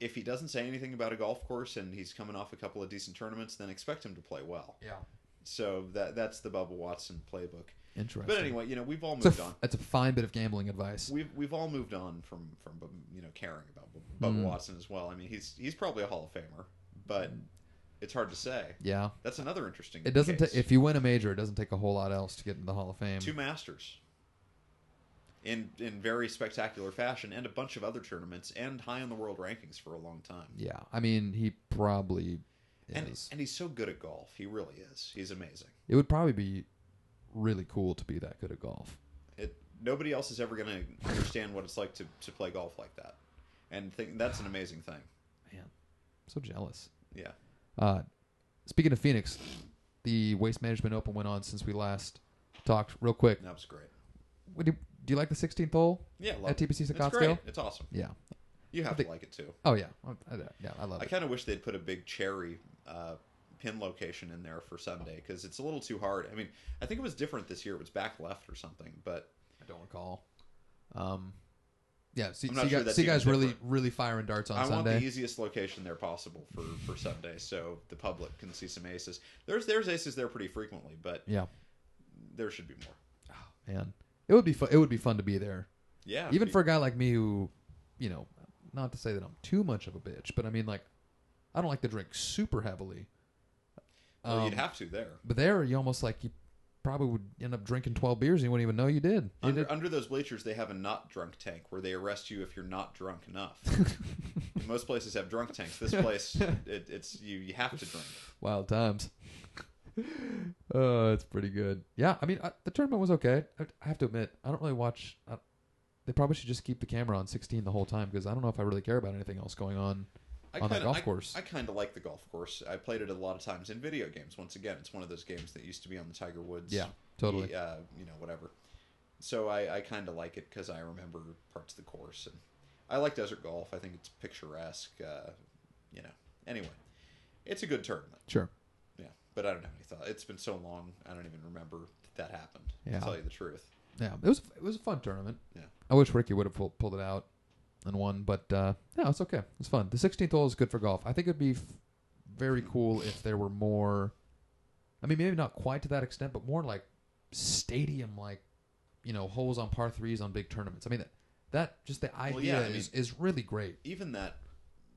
Speaker 2: if he doesn't say anything about a golf course and he's coming off a couple of decent tournaments, then expect him to play well.
Speaker 1: yeah
Speaker 2: So that that's the Bubba Watson playbook.
Speaker 1: interesting
Speaker 2: But anyway, you know, we've all
Speaker 1: it's a,
Speaker 2: moved
Speaker 1: f-
Speaker 2: on.
Speaker 1: it's a fine bit of gambling advice
Speaker 2: We've we've all moved on from from you know caring about Bu- Bubba
Speaker 1: Mm.
Speaker 2: Watson as well. I mean, he's he's probably a Hall of Famer, but it's hard to say.
Speaker 1: yeah
Speaker 2: That's another interesting.
Speaker 1: it doesn't ta-
Speaker 2: case.
Speaker 1: if you win a major it doesn't take a whole lot else to get into the Hall of Fame
Speaker 2: two masters in in very spectacular fashion and a bunch of other tournaments and high in the world rankings for a long time
Speaker 1: Yeah, I mean, he probably
Speaker 2: and
Speaker 1: is.
Speaker 2: and he's so good at golf he really is he's amazing
Speaker 1: it would probably be really cool to be that good at golf.
Speaker 2: it nobody else is ever going to understand what it's like to, to play golf like that and think that's an amazing thing
Speaker 1: Man, so jealous.
Speaker 2: yeah
Speaker 1: Uh, speaking of Phoenix, the Waste Management Open went on since we last talked. Real quick,
Speaker 2: that was great
Speaker 1: Would you- do you like the 16th hole
Speaker 2: yeah love
Speaker 1: at
Speaker 2: it.
Speaker 1: TPC
Speaker 2: it's great
Speaker 1: Secottsdale?
Speaker 2: it's awesome
Speaker 1: Yeah.
Speaker 2: you have
Speaker 1: They-
Speaker 2: to like it too
Speaker 1: Oh yeah. Oh, I- Yeah, I love
Speaker 2: i
Speaker 1: it.
Speaker 2: kind of wish they'd put a big cherry uh, pin location in there for sunday because it's a little too hard i mean i think it was different this year it was back left or something but
Speaker 1: I don't recall. Um, yeah. So, so
Speaker 2: I'm not
Speaker 1: you
Speaker 2: sure
Speaker 1: guys,
Speaker 2: that's
Speaker 1: so you
Speaker 2: even
Speaker 1: guys really,
Speaker 2: different.
Speaker 1: really firing darts on
Speaker 2: I
Speaker 1: Sunday.
Speaker 2: want the easiest location there possible for for Sunday, so the public can see some aces. There's there's aces there pretty frequently, but
Speaker 1: yeah.
Speaker 2: there should be more.
Speaker 1: Man, it would be fun. It would be fun to be there.
Speaker 2: Yeah,
Speaker 1: even
Speaker 2: be-
Speaker 1: for a guy like me who, you know, not to say that I'm too much of a bitch, but I mean, like, I don't like to drink super heavily.
Speaker 2: well,
Speaker 1: Um,
Speaker 2: you'd have to there
Speaker 1: but there, you almost like you probably would end up drinking 12 beers and you wouldn't even know you did. You
Speaker 2: under,
Speaker 1: did-
Speaker 2: under those bleachers. They have a not drunk tank where they arrest you if you're not drunk enough. Most places have drunk tanks. This place, it, it's you you have to drink.
Speaker 1: Wild times. oh, it's pretty good. Yeah, I mean, I, the tournament was okay. I, I have to admit, I don't really watch. I, they probably should just keep the camera on 16 the whole time because I don't know if I really care about anything else going on.
Speaker 2: I
Speaker 1: On the
Speaker 2: kinda-
Speaker 1: golf
Speaker 2: I-
Speaker 1: course.
Speaker 2: I kind of like the golf course. I played it a lot of times in video games. Once again, it's one of those games that used to be on the Tiger Woods.
Speaker 1: Yeah, totally.
Speaker 2: uh, you know, whatever. So I, I kind of like it because I remember parts of the course, and I like desert golf. I think it's picturesque. Uh, you know, anyway, it's a good tournament.
Speaker 1: Sure.
Speaker 2: Yeah, but I don't have any thought. It's been so long, I don't even remember that that happened.
Speaker 1: Yeah.
Speaker 2: To tell you the truth,
Speaker 1: Yeah, it was it was a fun tournament.
Speaker 2: Yeah.
Speaker 1: I wish Ricky would have pulled, pulled it out and won, but uh, no, it's okay. It's fun. The 16th hole is good for golf. I think it'd be f- very cool if there were more. I mean, maybe not quite to that extent, but more like stadium, like you know, holes on par threes on big tournaments. I mean, that, that just the idea
Speaker 2: yeah, I mean-
Speaker 1: is is really great.
Speaker 2: even that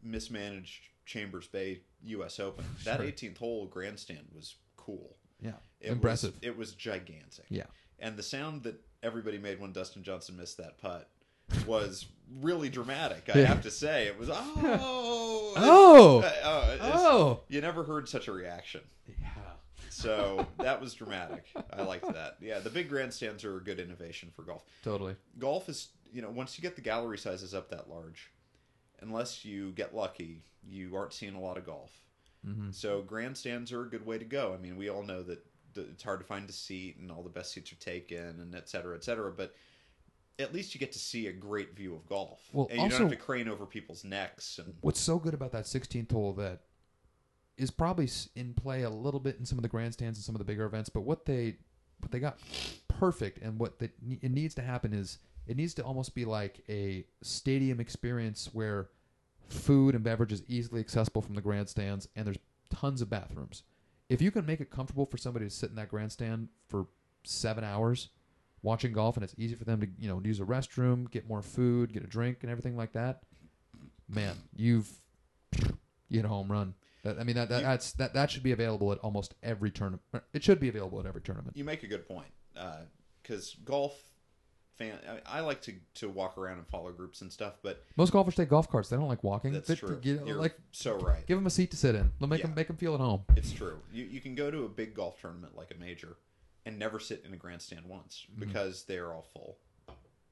Speaker 2: mismanaged Chambers Bay U.S. Open, that
Speaker 1: Sure.
Speaker 2: 18th hole grandstand was cool.
Speaker 1: Yeah,
Speaker 2: It
Speaker 1: impressive.
Speaker 2: Was, it was gigantic.
Speaker 1: Yeah.
Speaker 2: And the sound that everybody made when Dustin Johnson missed that putt was really dramatic. I
Speaker 1: Yeah.
Speaker 2: have to say, it was oh,
Speaker 1: Oh!
Speaker 2: uh, uh, it's-
Speaker 1: Oh.
Speaker 2: you never heard such a reaction. So that was dramatic. I liked that. Yeah, the big grandstands are a good innovation for golf.
Speaker 1: Totally.
Speaker 2: Golf is, you know, once you get the gallery sizes up that large, unless you get lucky, you aren't seeing a lot of golf.
Speaker 1: Mm-hmm.
Speaker 2: So grandstands are a good way to go. I mean, we all know that th- it's hard to find a seat and all the best seats are taken and et cetera, et cetera. But at least you get to see a great view of golf.
Speaker 1: Well,
Speaker 2: and you
Speaker 1: also-
Speaker 2: don't have to crane over people's necks. And
Speaker 1: What's so good about that 16th hole that is probably s- in play a little bit in some of the grandstands and some of the bigger events, but what they what they got perfect and what that ne- it needs to happen is it needs to almost be like a stadium experience where food and beverage is easily accessible from the grandstands and there's tons of bathrooms. If you can make it comfortable for somebody to sit in that grandstand for 7 hours watching golf and it's easy for them to, you know, use a restroom, get more food, get a drink and everything like that, man, you've you hit a home run. That, I mean that, that
Speaker 2: You-
Speaker 1: that's that that should be available at almost every tournament. uh, It should be available at every tournament.
Speaker 2: you make a good point because golf fan. I, I like to to walk around and follow groups and stuff, but
Speaker 1: Most golfers take golf carts. They don't like walking.
Speaker 2: that's
Speaker 1: Fit-
Speaker 2: true.
Speaker 1: get-
Speaker 2: You're
Speaker 1: like
Speaker 2: so right.
Speaker 1: give them a seat to sit in. Let make
Speaker 2: Yeah.
Speaker 1: them make them feel at home.
Speaker 2: It's true. You you can go to a big golf tournament like a major and never sit in a grandstand once because they're all full.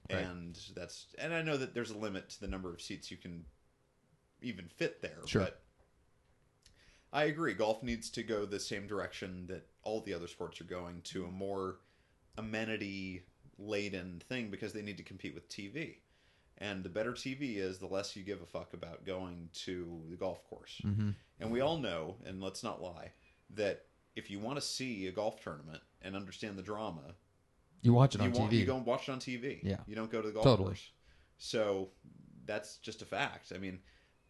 Speaker 1: Right.
Speaker 2: And that's and I know that there's a limit to the number of seats you can even fit there,
Speaker 1: Sure.
Speaker 2: but I agree. Golf needs to go the same direction that all the other sports are going to a more amenity laden thing because they need to compete with TV. And the better TV is, the less you give a fuck about going to the golf course.
Speaker 1: Mm-hmm.
Speaker 2: And we all know, and let's not lie, that if you want to see a golf tournament and understand the drama,
Speaker 1: You watch it
Speaker 2: you,
Speaker 1: on
Speaker 2: want,
Speaker 1: TV.
Speaker 2: you go and watch it on TV.
Speaker 1: Yeah.
Speaker 2: You don't go to the golf
Speaker 1: Totally.
Speaker 2: course. So that's just a fact. I mean,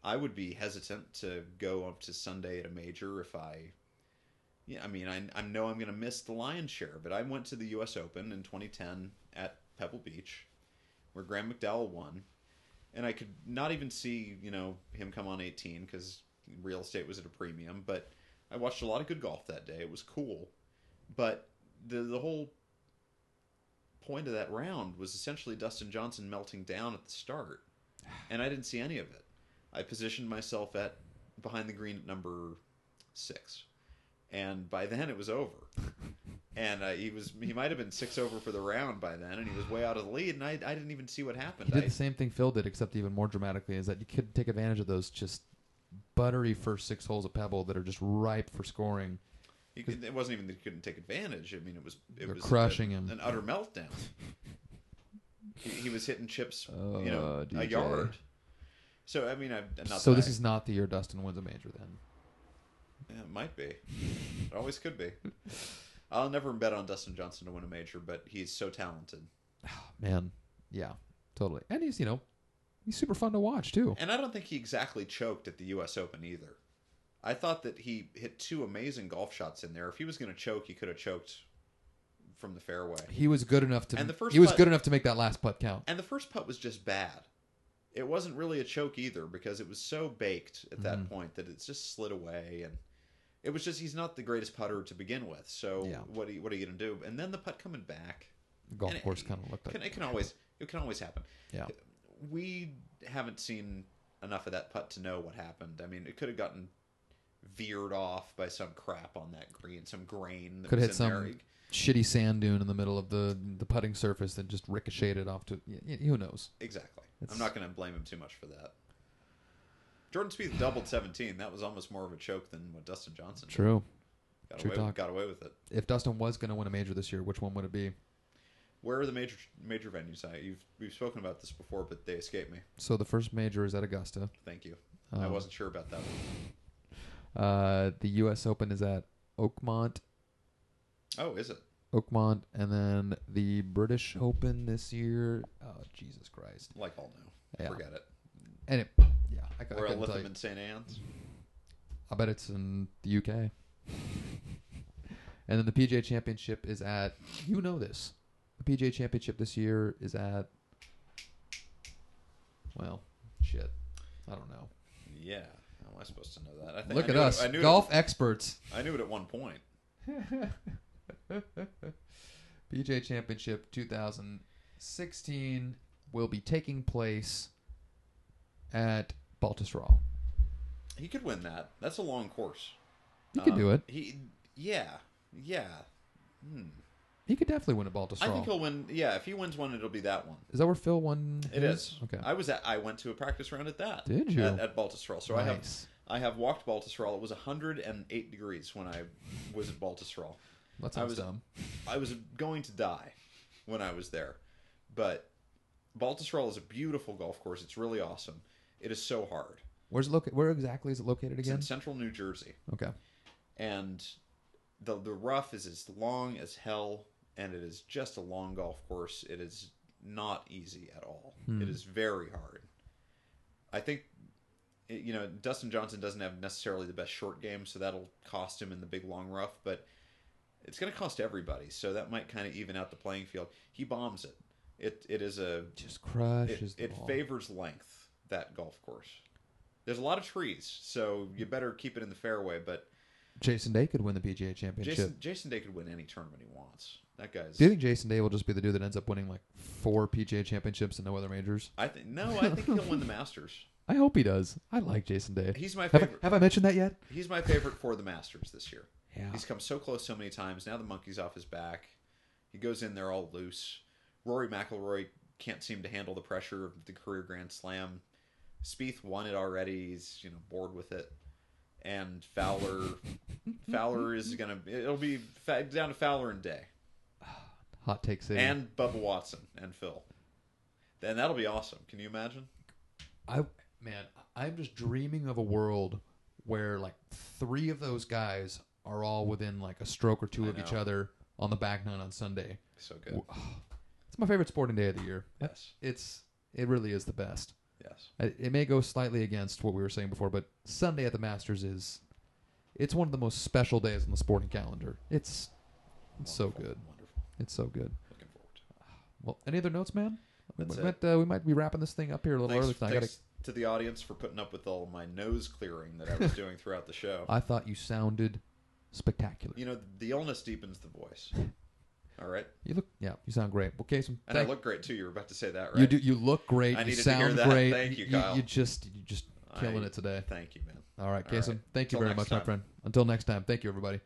Speaker 2: I would be hesitant to go up to Sunday at a major if I. Yeah, I mean, I, I know I'm going to miss the lion's share, but I went to the U.S. Open in 2010 at Pebble Beach, where Graham McDowell won, and I could not even see you know him come on 18 because real estate was at a premium. But I watched a lot of good golf that day. It was cool, but the the whole point of that round was essentially Dustin Johnson melting down at the start, and I didn't see any of it. I positioned myself at behind the green at number six, and by then it was over. And uh, he was he might have been six over for the round by then, and he was way out of the lead, and I, I didn't even see what
Speaker 1: he
Speaker 2: happened.
Speaker 1: did
Speaker 2: I,
Speaker 1: the same thing Phil did, except even more dramatically. Is that you could take advantage of those just buttery first six holes of Pebble that are just ripe for scoring.
Speaker 2: he, could- it wasn't even that he couldn't take advantage. I mean, it was it
Speaker 1: They're
Speaker 2: was
Speaker 1: crushing
Speaker 2: a-
Speaker 1: him.
Speaker 2: an utter meltdown. he, he was hitting chips,
Speaker 1: Oh,
Speaker 2: you know, a
Speaker 1: DJ.
Speaker 2: yard. So I mean, I not
Speaker 1: so
Speaker 2: that
Speaker 1: this
Speaker 2: I-
Speaker 1: is not the year Dustin wins a major. Then
Speaker 2: Yeah, it might be. It always could be. I'll never bet on Dustin Johnson to win a major, but he's so talented.
Speaker 1: man, yeah, totally. And he's you know he's super fun to watch too.
Speaker 2: And I don't think he exactly choked at the U.S. Open either. I thought that he hit two amazing golf shots in there. If he was going to choke, he could have choked from the fairway.
Speaker 1: He was good enough to.
Speaker 2: And the first
Speaker 1: he was
Speaker 2: putt-
Speaker 1: good enough to make that last putt count.
Speaker 2: And the first putt was just bad. It wasn't really a choke either because it was so baked at that
Speaker 1: Mhm.
Speaker 2: point that it's just slid away and it was just he's not the greatest putter to begin with. So
Speaker 1: Yeah.
Speaker 2: what are you, what are you going to do? And then the putt coming back.
Speaker 1: golf
Speaker 2: And it-
Speaker 1: course kind of looked like.
Speaker 2: Can, it can always it can always happen.
Speaker 1: Yeah.
Speaker 2: we haven't seen enough of that putt to know what happened. I mean, it could have gotten veered off by some crap on that green, some grain that
Speaker 1: Could
Speaker 2: was
Speaker 1: have
Speaker 2: in
Speaker 1: hit
Speaker 2: there.
Speaker 1: some shitty sand dune in the middle of the the putting surface that just ricocheted off to y- y- who knows.
Speaker 2: Exactly.
Speaker 1: It's-
Speaker 2: I'm not going to blame him too much for that. Jordan Spieth doubled 17. That was almost more of a choke than what Dustin Johnson did.
Speaker 1: True.
Speaker 2: got
Speaker 1: true
Speaker 2: away
Speaker 1: talk.
Speaker 2: got away with it.
Speaker 1: If Dustin was going to win a major this year, which one would it be?
Speaker 2: Where are the major major venues? I you've we've spoken about this before, but they escaped me.
Speaker 1: So the first major is at Augusta.
Speaker 2: Thank you. I
Speaker 1: Um,
Speaker 2: wasn't sure about that one.
Speaker 1: Uh, the U.S. Open is at Oakmont,
Speaker 2: Oh, is it?
Speaker 1: Oakmont, and then the British Open this year. Oh Jesus Christ!
Speaker 2: Like all now.
Speaker 1: Yeah.
Speaker 2: Forget it.
Speaker 1: And it, yeah, I, c- I
Speaker 2: We're at
Speaker 1: couldn't tell
Speaker 2: Lytham
Speaker 1: you.
Speaker 2: and St. Anne's.
Speaker 1: I bet it's in the U.K. and then the PGA Championship is at. You know this. The PGA Championship this year is at. Well, shit. I don't know.
Speaker 2: Yeah. How am I supposed to know that? I think
Speaker 1: Look
Speaker 2: I
Speaker 1: at
Speaker 2: knew it-
Speaker 1: us,
Speaker 2: I knew it-
Speaker 1: golf experts.
Speaker 2: I knew it at one point.
Speaker 1: PGA Championship 2016 will be taking place at Baltusrol.
Speaker 2: He could win that. That's a long course.
Speaker 1: He
Speaker 2: Um,
Speaker 1: could do it.
Speaker 2: He, yeah, yeah. Hmm.
Speaker 1: He could definitely win at
Speaker 2: I think
Speaker 1: Baltusrol.
Speaker 2: he'll win. Yeah, if he wins one, it'll be that one.
Speaker 1: Is that where Phil won?
Speaker 2: It is.
Speaker 1: Okay.
Speaker 2: I was at. I went to a practice round at that.
Speaker 1: Did you?
Speaker 2: at, at Baltusrol? So I have.
Speaker 1: Nice.
Speaker 2: I have walked Baltusrol. It was 108 degrees when I was at Baltusrol.
Speaker 1: That
Speaker 2: I
Speaker 1: sounds
Speaker 2: was-
Speaker 1: dumb.
Speaker 2: I was going to die when I was there, but Baltusrol is a beautiful golf course. It's really awesome. It is so hard.
Speaker 1: Where's it located? Where exactly is it located
Speaker 2: It's
Speaker 1: again?
Speaker 2: in central New Jersey,
Speaker 1: Okay.
Speaker 2: and the the rough is as long as hell, and it is just a long golf course. It is not easy at all.
Speaker 1: Hmm.
Speaker 2: It is very hard. I think. it- You know, Dustin Johnson doesn't have necessarily the best short game, so that'll cost him in the big long rough. But it's going to cost everybody, so that might kind of even out the playing field. He bombs it. It it is a
Speaker 1: Just crushes
Speaker 2: it,
Speaker 1: the
Speaker 2: it
Speaker 1: ball.
Speaker 2: favors length that golf course there's a lot of trees so you better keep it in the fairway but
Speaker 1: Jason Day could win the PGA Championship.
Speaker 2: jason jason day could win any tournament he wants that guy's
Speaker 1: Do you think Jason Day will just be the dude that ends up winning like four PGA Championships and no other majors?
Speaker 2: i think no i think he'll win the masters
Speaker 1: I hope he does. I like Jason Day.
Speaker 2: he's my
Speaker 1: Have I,
Speaker 2: favorite
Speaker 1: have I mentioned that yet?
Speaker 2: he's my favorite for the masters this year
Speaker 1: Yeah.
Speaker 2: he's come so close so many times now the monkey's off his back he goes in there all loose rory mcilroy can't seem to handle the pressure of the career grand slam Spieth won it already. He's you know bored with it, and Fowler, Fowler is gonna. It'll be fa- down to Fowler and Day,
Speaker 1: Hot take city.
Speaker 2: and Bubba Watson and Phil. Then that'll be awesome. Can you imagine?
Speaker 1: I man, I'm just dreaming of a world where like three of those guys are all within like a stroke or two
Speaker 2: I
Speaker 1: of each
Speaker 2: know.
Speaker 1: other on the back nine on Sunday.
Speaker 2: So good.
Speaker 1: It's my favorite sporting day of the year.
Speaker 2: Yes.
Speaker 1: It's it really is the best.
Speaker 2: Yes.
Speaker 1: I- It may go slightly against what we were saying before, but Sunday at the Masters is it's one of the most special days on the sporting calendar. It's it's so
Speaker 2: Wonderful,
Speaker 1: good.
Speaker 2: Wonderful.
Speaker 1: It's so good.
Speaker 2: Looking forward. to it.
Speaker 1: Well, any other notes, man? We
Speaker 2: That's
Speaker 1: might, uh, we might be wrapping this thing up here a little
Speaker 2: Thanks,
Speaker 1: early tonight. I,
Speaker 2: thanks to the audience for putting up with all my nose clearing that I was doing throughout the show.
Speaker 1: gotta- I thought you sounded spectacular.
Speaker 2: You know, the illness deepens the voice. All right,
Speaker 1: You look, yeah, you sound great. Well, Casey,
Speaker 2: and I
Speaker 1: thank-
Speaker 2: look great too. You were about to say that, right?
Speaker 1: you do, you look great.
Speaker 2: I
Speaker 1: you
Speaker 2: needed to hear
Speaker 1: sound
Speaker 2: that.
Speaker 1: great.
Speaker 2: Thank you, Kyle.
Speaker 1: You, just, you just killing
Speaker 2: I-
Speaker 1: it today.
Speaker 2: Thank you, man.
Speaker 1: All right,
Speaker 2: All
Speaker 1: Casey,
Speaker 2: right.
Speaker 1: thank you
Speaker 2: Till
Speaker 1: very
Speaker 2: next
Speaker 1: much, my
Speaker 2: time.
Speaker 1: friend. Until next time, thank you, everybody.